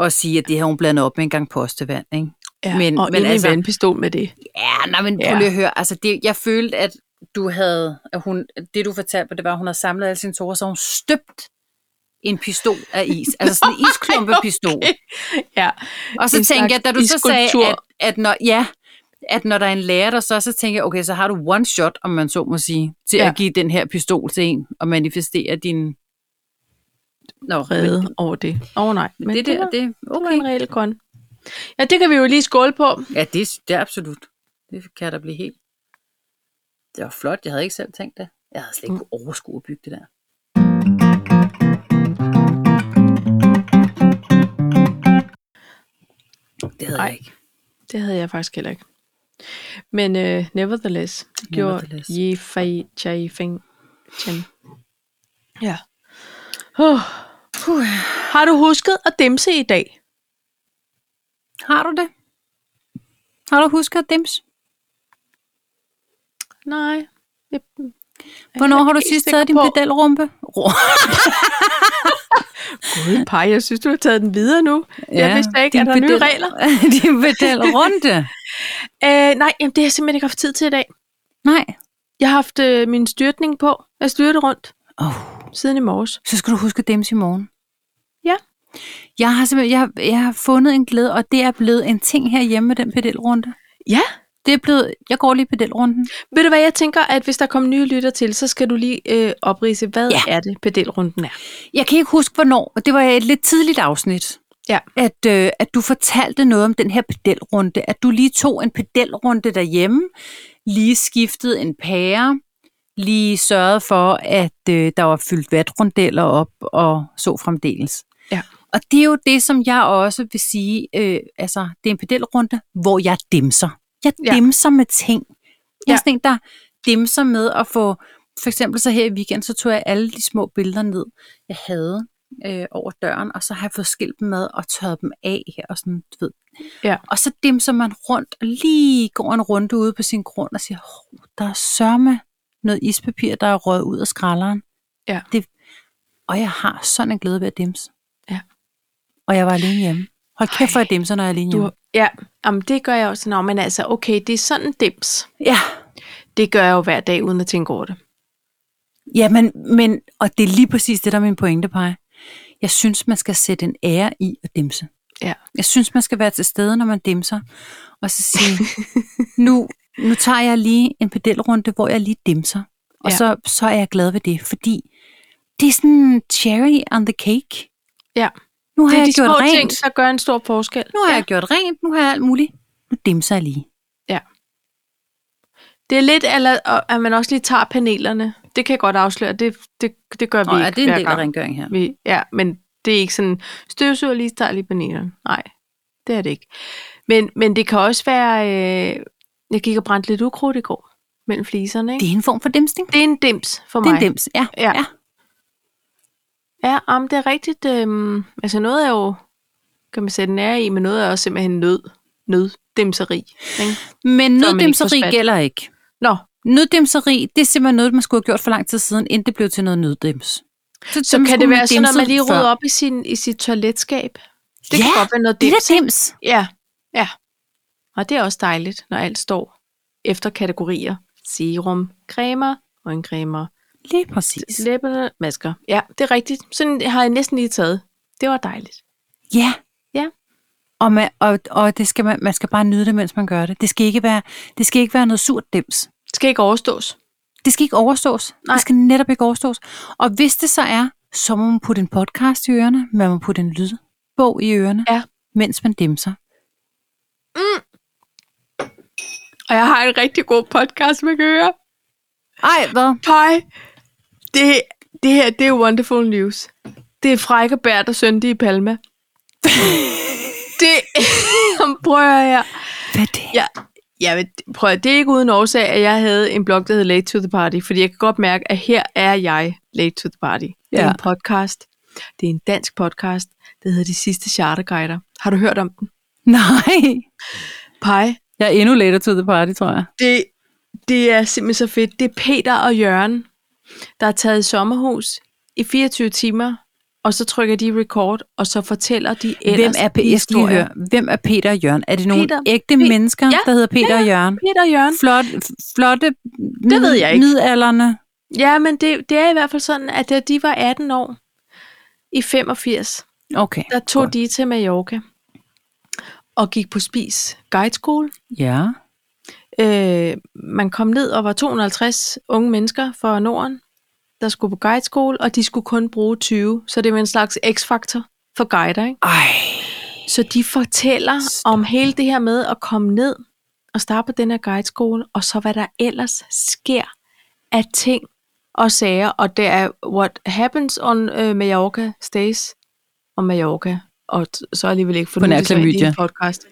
Speaker 1: at sige, at det her hun blandet op med en gang postevand. Ikke?
Speaker 2: Ja,
Speaker 1: men-
Speaker 2: men, og
Speaker 1: men
Speaker 2: men ind
Speaker 1: altså-
Speaker 2: altså, i vandpistol med det.
Speaker 1: Ja, nej, men prøv
Speaker 2: Ja.
Speaker 1: lige at høre. Altså, det, jeg følte, at du havde, at hun, det du fortalte mig, det var, at hun havde samlet alle sine tårer, så hun støbt en pistol af is. Altså sådan en isklumpepistol.
Speaker 2: okay. Ja,
Speaker 1: Og så
Speaker 2: En
Speaker 1: tænker
Speaker 2: slags
Speaker 1: jeg, da du så sagde,
Speaker 2: iskulptur.
Speaker 1: at, at, når, ja, at når der er en lærer der så, så tænker jeg, okay, så har du one shot, om man så må sige, til ja.
Speaker 2: Ja.
Speaker 1: at give den her pistol til en, og manifestere din... Nå,
Speaker 2: redde over det. Åh oh, nej,
Speaker 1: Men, men det, det der,
Speaker 2: var,
Speaker 1: det,
Speaker 2: det var en
Speaker 1: okay.
Speaker 2: reel grøn. Ja, det kan vi jo lige skåle på.
Speaker 1: Ja, det, er- det er absolut. Det kan der blive helt. Det var flot, jeg havde ikke selv tænkt det. Jeg havde slet
Speaker 2: Mm.
Speaker 1: ikke kunne overskue at bygge det der. Det havde
Speaker 2: Ej.
Speaker 1: jeg ikke.
Speaker 2: Det havde jeg faktisk heller ikke. Men uh, nevertheless, det gjorde
Speaker 1: Nevertheless.
Speaker 2: Ye Fei Chai Feng Chen. Ja. Oh.
Speaker 1: Puh.
Speaker 2: Har du husket at dimse i dag?
Speaker 1: Har du det? Har du husket at dims?
Speaker 2: Nej. Jeg,
Speaker 1: Hvornår har du
Speaker 2: ikke
Speaker 1: sidst
Speaker 2: sikker
Speaker 1: taget din
Speaker 2: på.
Speaker 1: pedelrumpe? Rum-
Speaker 2: Gud, par, jeg synes, du har taget den videre nu. Ja, jeg vidste ikke,
Speaker 1: din
Speaker 2: at der er nye
Speaker 1: pedel-
Speaker 2: regler.
Speaker 1: din pedelrunde?
Speaker 2: Uh, nej, jamen, det har jeg simpelthen ikke haft tid til i dag.
Speaker 1: Nej.
Speaker 2: Jeg har haft uh, min styrtning på. Jeg styrte rundt
Speaker 1: Oh,
Speaker 2: siden i morges.
Speaker 1: så skal du huske at dims i morgen.
Speaker 2: Ja.
Speaker 1: Jeg har simpelthen jeg, har- jeg har fundet en glæde, og det er blevet en ting herhjemme med den pedelrunde.
Speaker 2: Ja.
Speaker 1: Det er blevet, jeg går lige pedelrunden.
Speaker 2: Ved du hvad, jeg tænker, at hvis der kommer nye lytter til, så skal du lige øh, oprise, hvad
Speaker 1: Ja.
Speaker 2: ja. er det, pedelrunden er.
Speaker 1: Jeg kan ikke huske, hvornår, og det var et lidt tidligt afsnit,
Speaker 2: Ja.
Speaker 1: at, øh, at du fortalte noget om den her pedelrunde, at du lige tog en pedelrunde derhjemme, lige skiftede en pære, lige sørgede for, at øh, der var fyldt vatrundeller op og så fremdeles.
Speaker 2: Ja.
Speaker 1: Og det er jo det, som jeg også vil sige, øh, altså, det er en pedelrunde, hvor jeg dimser. Jeg
Speaker 2: Ja.
Speaker 1: dimser med ting. Jeg er
Speaker 2: Ja.
Speaker 1: sådan en, der dimser med at få, for eksempel så her i weekenden, så tog jeg alle de små billeder ned, jeg havde øh, over døren, og så har jeg fået skilt dem med og tørret dem af her og sådan, du ved.
Speaker 2: Ja.
Speaker 1: Og så dimser man rundt og lige går en runde ude på sin grund og siger, "Hov, der er sørme noget ispapir, der er røget ud af skralderen.
Speaker 2: Ja.
Speaker 1: Det, og jeg har sådan en glæde ved at dimse.
Speaker 2: Ja.
Speaker 1: Og jeg var alene hjemme. Hold kæft, for
Speaker 2: Ej,
Speaker 1: jeg dimser, når jeg er alene
Speaker 2: Du,
Speaker 1: hjemme.
Speaker 2: ja, jamen, det gør jeg også. Nå, men altså, okay, det er sådan dims.
Speaker 1: Ja.
Speaker 2: Det gør jeg jo hver dag, uden at tænke over det.
Speaker 1: Ja, men, men, og det er lige præcis det, der er min pointe, Paj. Jeg synes, man skal sætte en ære i at dimse.
Speaker 2: Ja.
Speaker 1: Jeg synes, man skal være til stede, når man dimser, og så sige, nu, nu tager jeg lige en pedelrunde, hvor jeg lige dimser. Og
Speaker 2: Ja.
Speaker 1: ja. så, så er jeg glad ved det, fordi det er sådan cherry on the cake.
Speaker 2: Ja.
Speaker 1: Nu har
Speaker 2: Det er
Speaker 1: jeg
Speaker 2: de
Speaker 1: gjort
Speaker 2: små
Speaker 1: rent.
Speaker 2: ting, der gør en stor forskel.
Speaker 1: Nu har
Speaker 2: ja.
Speaker 1: jeg gjort rent, nu har jeg alt muligt. Nu dimser jeg lige.
Speaker 2: Det er lidt, eller, og- at man også lige tager panelerne. Det kan jeg godt afsløre. Det, det, det gør vi
Speaker 1: Og er
Speaker 2: ikke
Speaker 1: det en
Speaker 2: hver
Speaker 1: del af
Speaker 2: gang.
Speaker 1: rengøring her?
Speaker 2: Vi, ja, men det er ikke sådan, støvsuger lige tager lige panelerne. Nej, det er det ikke. Men, men det kan også være, øh, jeg gik og brændte lidt ukrudt i går mellem fliserne. Ikke?
Speaker 1: Det er en form for dimsning.
Speaker 2: Det er en dims for
Speaker 1: Det er en
Speaker 2: mig.
Speaker 1: dims, ja.
Speaker 2: Ja. Ja, om det er rigtigt. Øhm, altså noget er jo, kan man sætte nære i, men noget er også simpelthen nød, nøddimseri. Ikke?
Speaker 1: Men
Speaker 2: man ikke får
Speaker 1: nøddimseri
Speaker 2: spat.
Speaker 1: gælder ikke.
Speaker 2: Nå,
Speaker 1: Nøddimseri, det er simpelthen noget, man skulle have gjort for lang tid siden, inden det blev til noget nøddims.
Speaker 2: så kan det være sådan, at
Speaker 1: at
Speaker 2: man lige rydder op i, sin, i sit toiletskab. Det kan
Speaker 1: Ja,
Speaker 2: godt være noget
Speaker 1: Det er
Speaker 2: dims.
Speaker 1: da dims.
Speaker 2: Ja, ja. Og det er også dejligt, når alt står efter kategorier. Serum, cremer, øjencremer,
Speaker 1: Lige præcis.
Speaker 2: læberne, masker. Ja, det er rigtigt. Sådan har jeg næsten lige taget. Det var dejligt.
Speaker 1: Ja.
Speaker 2: Ja.
Speaker 1: Og, man, og, og det skal man, man skal bare nyde det, mens man gør det. Det skal ikke være, det skal ikke være noget surt dims.
Speaker 2: Skal ikke overstås.
Speaker 1: Det skal ikke overstås.
Speaker 2: Nej.
Speaker 1: Det skal netop ikke overstås. Og hvis det så er, så må man putte en podcast i ørerne, man må putte en lydbog i ørerne,
Speaker 2: Ja.
Speaker 1: mens man dimser.
Speaker 2: Og jeg har en rigtig god podcast, man kan høre.
Speaker 1: Ej, hvad?
Speaker 2: Hej. Det, det her, det er Wonderful News. Det er Frække Bært og Sønde i Palma. det, Jamen, prøv at høre her.
Speaker 1: Hvad er det?
Speaker 2: Ja, ja men prøv at, det er ikke uden årsag, at jeg havde en blog, der hed Late to the Party, fordi jeg kan godt mærke, at her er jeg Late to the Party. Det er
Speaker 1: Ja.
Speaker 2: en podcast. Det er en dansk podcast, der hedder De Sidste Charterguider. Har du hørt om den?
Speaker 1: Nej.
Speaker 2: Pej,
Speaker 1: Jeg er endnu later to the party, tror jeg.
Speaker 2: det, det er simpelthen så fedt. Det er Peter og Jørgen, der er taget i sommerhus i 24 timer, og så trykker de record, og så fortæller de
Speaker 1: Hvem
Speaker 2: ellers
Speaker 1: er, P- jeg skal lige høre, hvem er Peter og Jørgen? Er det nogle
Speaker 2: Peter-
Speaker 1: ægte
Speaker 2: Pe-
Speaker 1: mennesker,
Speaker 2: Ja,
Speaker 1: der hedder Peter
Speaker 2: ja,
Speaker 1: og Jørgen?
Speaker 2: Peter og Jørgen.
Speaker 1: Flot, f- flotte,
Speaker 2: Det ved jeg ikke.
Speaker 1: midalderne.
Speaker 2: Ja, men det, det er i hvert fald sådan, at da de var 18 år i 85,
Speaker 1: Okay,
Speaker 2: der tog
Speaker 1: Godt.
Speaker 2: de til Mallorca og gik på Spis Guide School.
Speaker 1: ja.
Speaker 2: Øh, man kom ned og var 250 unge mennesker fra Norden, der skulle på guide school, og de skulle kun bruge 20, så det var en slags x-faktor for guider. Ikke?
Speaker 1: Ej,
Speaker 2: Så de fortæller
Speaker 1: Stop.
Speaker 2: Stop. om hele det her med at komme ned og starte på den her guide school, og så hvad der ellers sker af ting og sager, og det er what happens on uh, Mallorca stays on Mallorca, og t- så alligevel ikke for
Speaker 1: På
Speaker 2: nu
Speaker 1: nær
Speaker 2: er det så egentlig
Speaker 1: klamydia.
Speaker 2: en podcast.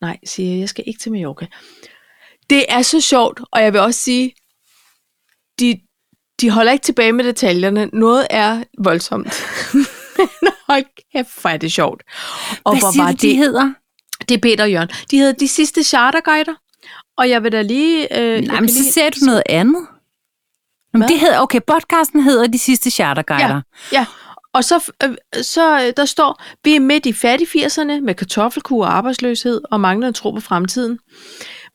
Speaker 2: Nej, siger jeg, jeg skal ikke til Mallorca. Det er så sjovt, og jeg vil også sige, de, de holder ikke tilbage med detaljerne. Noget er voldsomt. Men hold kæft, hvor er det sjovt. Og
Speaker 1: hvad
Speaker 2: hvor
Speaker 1: siger
Speaker 2: var
Speaker 1: du, de
Speaker 2: det?
Speaker 1: hedder?
Speaker 2: Det er Peter og Jørgen. De hedder De Sidste Charterguider. Og jeg vil da lige... Øh,
Speaker 1: Nej, men så ser du noget andet. Nå, men
Speaker 2: Hvad?
Speaker 1: det hedder, okay, podcasten hedder De Sidste Charterguider.
Speaker 2: Ja, og så, øh, så øh, der står, vi er midt i fattig 80'erne med kartoffelkur og arbejdsløshed og manglende tro på fremtiden.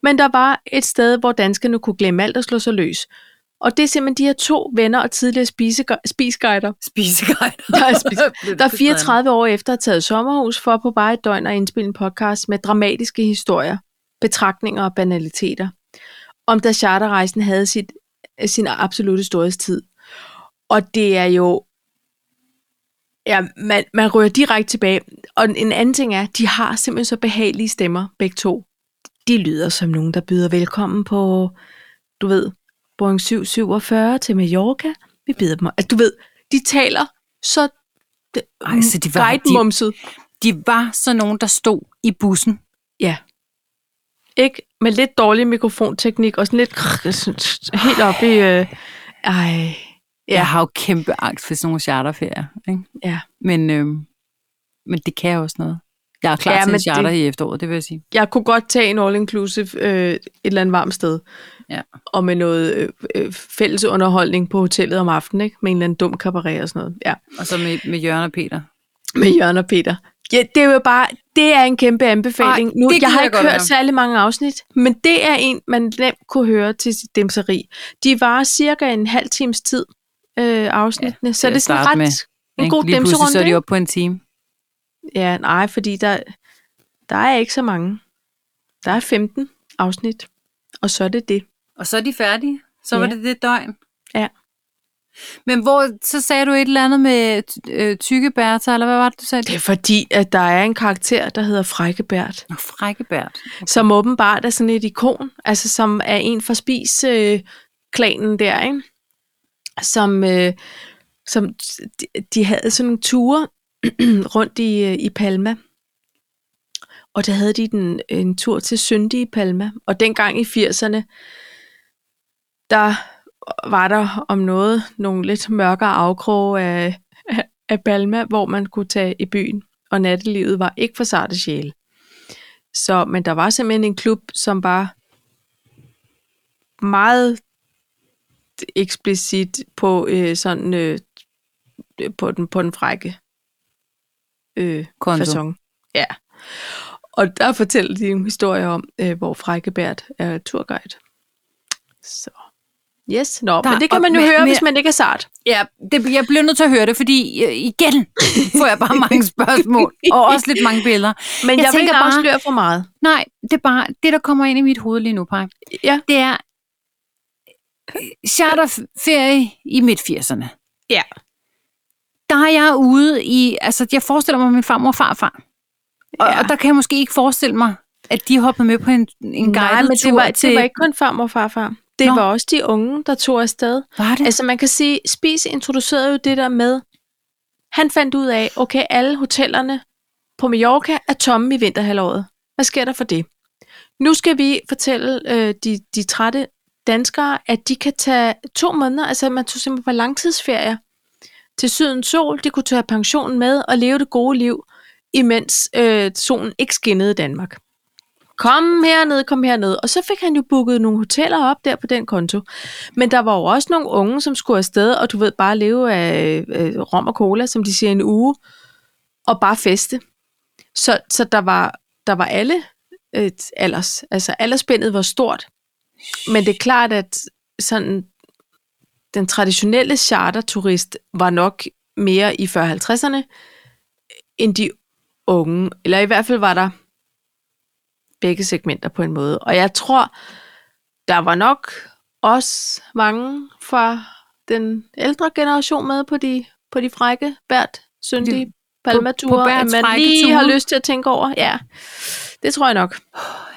Speaker 2: Men der var et sted, hvor danskerne kunne glemme alt og slå sig løs. Og det er simpelthen de her to venner og tidligere spisegu- spisguider,
Speaker 1: Spiseguider.
Speaker 2: Der er spise- der 34 år efter har taget sommerhus for på bare et døgn at indspille en podcast med dramatiske historier, betragtninger og banaliteter. Om da charterrejsen havde sit, sin absolute storhedstid. Og det er jo... Ja, man, man rører direkte tilbage. Og en anden ting er, de har simpelthen så behagelige stemmer, begge to. De lyder som nogen, der byder velkommen på, du ved, Boeing 747 til Mallorca. Vi byder dem... Altså, du ved, de taler så
Speaker 1: Ej, så de var, de,
Speaker 2: guide-mumset.
Speaker 1: de var så nogen, der stod i bussen.
Speaker 2: Ja. Ikke? Med lidt dårlig mikrofonteknik og sådan lidt krrr, sådan helt op i... Øh, ej,
Speaker 1: Ja. Jeg har jo kæmpe angst for sådan nogle charterferier. Ikke?
Speaker 2: Ja.
Speaker 1: Men, øhm, men det kan jeg også noget. Jeg er klar
Speaker 2: Ja,
Speaker 1: ja, til
Speaker 2: men
Speaker 1: en charter
Speaker 2: det-
Speaker 1: det... i efteråret, det vil jeg sige.
Speaker 2: Jeg kunne godt tage en all-inclusive øh, et eller andet varmt sted.
Speaker 1: Ja.
Speaker 2: Og med noget øh, øh, fælles underholdning på hotellet om aftenen, ikke? Med en eller anden dum kabaret og sådan noget. Ja.
Speaker 1: Og så med, med Jørgen og Peter.
Speaker 2: med Jørgen og Peter. Ja, det er jo bare, det er en kæmpe anbefaling.
Speaker 1: Ej,
Speaker 2: nu,
Speaker 1: det gider
Speaker 2: jeg har
Speaker 1: jeg
Speaker 2: ikke
Speaker 1: godt
Speaker 2: hørt
Speaker 1: høre.
Speaker 2: særlig mange afsnit, men det er en, man nemt kunne høre til sit dæmseri. De varer cirka en halv times tid, øh, afsnittene, ja, så
Speaker 1: til
Speaker 2: det er
Speaker 1: at
Speaker 2: sådan
Speaker 1: starte
Speaker 2: ret
Speaker 1: med,
Speaker 2: med, en god
Speaker 1: Lige pludselig så
Speaker 2: dæmserunde.
Speaker 1: er de
Speaker 2: ikke?
Speaker 1: oppe på en time.
Speaker 2: Ja, nej, fordi der, der er ikke så mange. Der er 15 afsnit, og så er det det.
Speaker 1: Og så er de færdige. Så ja. var
Speaker 2: Ja.
Speaker 1: det det døgn.
Speaker 2: Ja.
Speaker 1: Men hvor, så sagde du et eller andet med øh, tykke bærter, eller hvad var det, du sagde?
Speaker 2: Det er fordi, at der er en karakter, der hedder Frækkebært.
Speaker 1: Nå, frække bært.
Speaker 2: som åbenbart er sådan et ikon, altså som er en fra spis øh, klanen der, ikke? Som, øh, som de, de havde sådan nogle ture rundt i, øh, i Palma. Og der havde de den, en tur til Synde i Palma. Og dengang i 80'erne, der var der om noget nogle lidt mørkere afkroge af, af, af Palma, hvor man kunne tage i byen. Og nattelivet var ikke for sarte sjæle. Så, men der var simpelthen en klub, som var meget eksplicit på øh, sådan øh, på den på den frække øh,
Speaker 1: Konto.
Speaker 2: façon. Ja. Og der fortæller de en historie om, øh, hvor Frækkebert er turguide. Så. Yes, nå,
Speaker 1: Der-
Speaker 2: der, men det kan man jo
Speaker 1: og-
Speaker 2: høre,
Speaker 1: men-
Speaker 2: hvis man ikke er sart.
Speaker 1: Ja, det, jeg blev nødt til at høre det, fordi øh, igen får jeg bare mange spørgsmål, og også lidt mange billeder.
Speaker 2: Men
Speaker 1: Jeg
Speaker 2: jeg, jeg vil
Speaker 1: tænker
Speaker 2: ikke
Speaker 1: bare-
Speaker 2: afsløre for meget.
Speaker 1: Nej, det er bare, det der kommer ind i mit hoved lige nu, Paj,
Speaker 2: Ja.
Speaker 1: det er øh, charterferie i midt-80'erne.
Speaker 2: Ja.
Speaker 1: Der er jeg ude i, altså jeg forestiller mig min farmor og farfar, og,
Speaker 2: Ja.
Speaker 1: ja. og der kan jeg måske ikke forestille mig, at de hoppede med på en, en guided
Speaker 2: Nej, men
Speaker 1: tur
Speaker 2: det var,
Speaker 1: til...
Speaker 2: det var ikke kun farmor og farfar. Det
Speaker 1: Nå.
Speaker 2: Nå. var også de unge, der tog afsted.
Speaker 1: var det?
Speaker 2: Altså man kan sige, Spis introducerede jo det der med, han fandt ud af, okay, alle hotellerne på Mallorca er tomme i vinterhalvåret. Hvad sker der for det? Nu skal vi fortælle øh, de, de trætte danskere, at de kan tage to måneder, altså man tog simpelthen på langtidsferie til sydens sol, de kunne tage pensionen med og leve det gode liv, imens øh, solen ikke skinnede i Danmark. Kom herned, kom herned. Og så fik han jo booket nogle hoteller op der på den konto. Men der var jo også nogle unge, som skulle afsted, og du ved, bare leve af øh, rom og cola, som de siger, en uge, og bare feste. Så, så der, var, der var alle øh, alders. Altså aldersspændet var stort. Men det er klart, at sådan, den traditionelle charterturist var nok mere i 40-50'erne, end de unge. Eller i hvert fald var der begge segmenter på en måde. Og jeg tror, der var nok også mange fra den ældre generation med på de, på de frække, bært, syndige palmaturer, at
Speaker 1: Bærts
Speaker 2: man
Speaker 1: frække
Speaker 2: lige har
Speaker 1: ture.
Speaker 2: lyst til at tænke over. Ja, det tror jeg nok.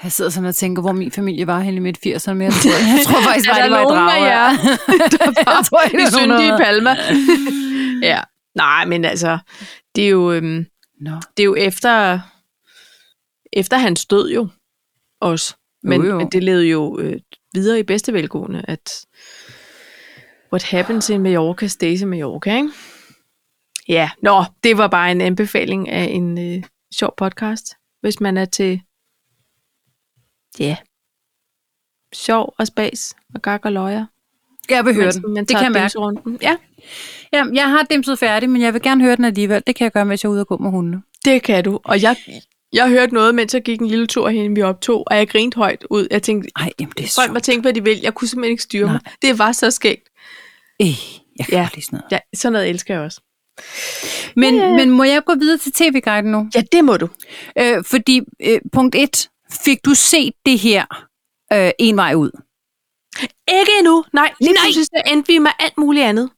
Speaker 1: Jeg sidder sådan og tænker, hvor min familie var henne i midt 80'erne, men jeg tror, jeg tror faktisk bare, det var i Dragør.
Speaker 2: der
Speaker 1: Jeg tror ikke,
Speaker 2: i
Speaker 1: det var
Speaker 2: syndige
Speaker 1: noget.
Speaker 2: Palma. ja. Nej, men altså, det er jo, øhm,
Speaker 1: Nå.
Speaker 2: det er jo efter, efter hans død jo også. Men,
Speaker 1: Jo, jo.
Speaker 2: men det levede jo øh, videre i bedste velgående, at what happens in Mallorca stays in Mallorca, ikke? Ja, nå, det var bare en anbefaling af en øh, sjov podcast, hvis man er til, ja, sjov og spas og gak og løjer.
Speaker 1: Jeg vil høre
Speaker 2: Mens
Speaker 1: den.
Speaker 2: man
Speaker 1: Det
Speaker 2: tager
Speaker 1: kan jeg mærke.
Speaker 2: dimserunden. Ja,
Speaker 1: Jamen, jeg har dimset færdig, men jeg vil gerne høre den alligevel. Det kan jeg gøre, mens jeg er ude og gå med hundene.
Speaker 2: det kan du. Og jeg, jeg hørte noget, mens jeg gik en lille tur hen, vi optog, og jeg grinte højt ud. Jeg tænkte,
Speaker 1: Ej, jamen, det er
Speaker 2: folk må
Speaker 1: sjovt.
Speaker 2: tænke, hvad de vil. Jeg kunne simpelthen ikke styre mig. Det var så skægt.
Speaker 1: Ej, jeg kan
Speaker 2: Ja.
Speaker 1: ja. godt lide sådan noget.
Speaker 2: Ja, sådan noget elsker jeg også.
Speaker 1: Men,
Speaker 2: Ja, ja, ja.
Speaker 1: men må jeg gå videre til tv-guiden nu?
Speaker 2: Ja, det må du.
Speaker 1: Øh, fordi, øh, punkt 1, fik du set det her øh, en vej ud?
Speaker 2: Ikke endnu. Nej, lige
Speaker 1: Nej.
Speaker 2: pludselig så endte vi med alt muligt andet.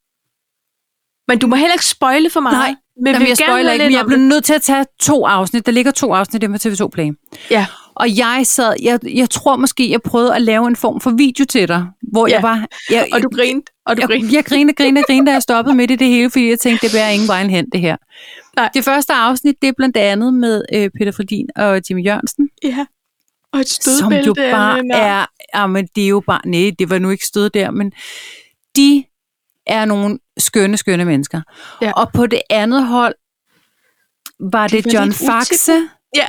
Speaker 2: Men du må heller ikke spoile for meget.
Speaker 1: Nej,
Speaker 2: men
Speaker 1: Jamen,
Speaker 2: vil
Speaker 1: jeg
Speaker 2: gerne
Speaker 1: spoiler
Speaker 2: høre
Speaker 1: ikke,
Speaker 2: lidt
Speaker 1: men jeg
Speaker 2: om
Speaker 1: blev
Speaker 2: det.
Speaker 1: nødt til at tage to afsnit. Der ligger to afsnit dem på TV2 Play.
Speaker 2: Ja,
Speaker 1: Og jeg sad, jeg, jeg tror måske, jeg prøvede at lave en form for video til dig, hvor
Speaker 2: Ja.
Speaker 1: ja. jeg var... Jeg,
Speaker 2: og du grinte, og du
Speaker 1: jeg,
Speaker 2: grinte.
Speaker 1: jeg griner, griner, griner, da jeg stoppede midt i det hele, fordi jeg tænkte, det bærer ingen vejen hen, det her.
Speaker 2: Nej.
Speaker 1: Det første afsnit, det er blandt andet med øh, Peter Fredin og Jimmy Jørgensen,
Speaker 2: Ja. Og et
Speaker 1: som
Speaker 2: stødbælte.
Speaker 1: jo
Speaker 2: af
Speaker 1: bare ah,
Speaker 2: en arm.
Speaker 1: er... Ja, men det er jo bare... Nej, det var nu ikke stød der, men de er nogle skønne, skønne mennesker.
Speaker 2: Ja.
Speaker 1: Ja. Og på det andet hold var det,
Speaker 2: var
Speaker 1: det John
Speaker 2: lidt utætte.
Speaker 1: Faxe,
Speaker 2: Ja,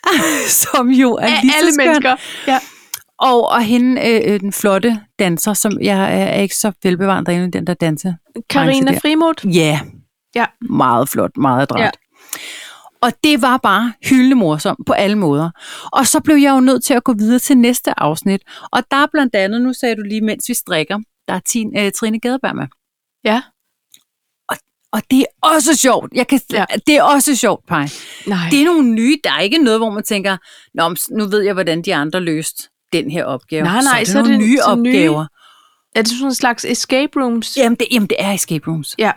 Speaker 1: som jo er
Speaker 2: af
Speaker 1: lige så
Speaker 2: alle
Speaker 1: skøn.
Speaker 2: mennesker. Ja.
Speaker 1: Og, og hende, øh, øh, den flotte danser, som jeg er, er ikke så velbevandret inde i den der danse.
Speaker 2: Karina
Speaker 1: der.
Speaker 2: Frimod.
Speaker 1: Ja.
Speaker 2: Ja.
Speaker 1: Meget flot, meget adræt.
Speaker 2: Ja.
Speaker 1: Ja. Og det var bare hyldende morsomt på alle måder. Og så blev jeg jo nødt til at gå videre til næste afsnit. Og der er blandt andet, nu sagde du lige, mens vi strikker, der er Tine, øh, Trine Gadeberg med.
Speaker 2: Ja.
Speaker 1: Og det er også sjovt. Jeg kan,
Speaker 2: Ja.
Speaker 1: ja. Det er også sjovt, Paj.
Speaker 2: Nej.
Speaker 1: Det er nogle nye. Der er ikke noget, hvor man tænker, Nå, men nu ved jeg, hvordan de andre løste den her opgave.
Speaker 2: Nej, nej,
Speaker 1: så er det nogle nye
Speaker 2: så nye-
Speaker 1: opgaver. Nye...
Speaker 2: Er det sådan en slags escape rooms?
Speaker 1: Jamen, det, jamen, det er escape rooms.
Speaker 2: Ja.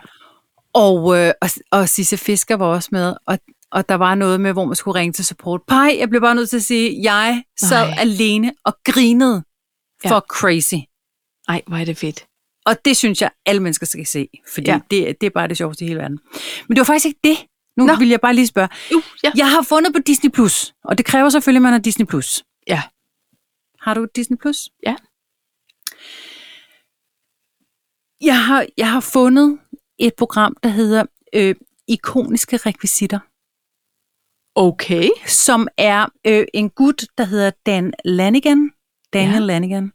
Speaker 1: Og, øh, og, og Sisse Fisker var også med, og, og der var noget med, hvor man skulle ringe til support. Pej, jeg blev bare nødt til at sige, jeg sad
Speaker 2: Nej.
Speaker 1: alene og grinede
Speaker 2: Ja.
Speaker 1: for crazy.
Speaker 2: Ej, hvor er det fedt.
Speaker 1: Og det synes jeg, alle mennesker skal se, fordi
Speaker 2: Ja.
Speaker 1: ja. det, det er bare det sjoveste i hele verden. Men det var faktisk ikke det. Nu
Speaker 2: Nå.
Speaker 1: Nå. vil jeg bare lige spørge.
Speaker 2: Uh, ja.
Speaker 1: Jeg har fundet på Disney+, Plus, og det kræver selvfølgelig, at man har Disney+. Plus.
Speaker 2: Ja.
Speaker 1: Har du Disney+. Plus?
Speaker 2: Ja.
Speaker 1: Jeg har, jeg har fundet et program, der hedder øh, Ikoniske Rekvisitter,
Speaker 2: Okay.
Speaker 1: som er øh, en gut, der hedder Dan Lanigan, Daniel
Speaker 2: Ja.
Speaker 1: ja. Lanigan,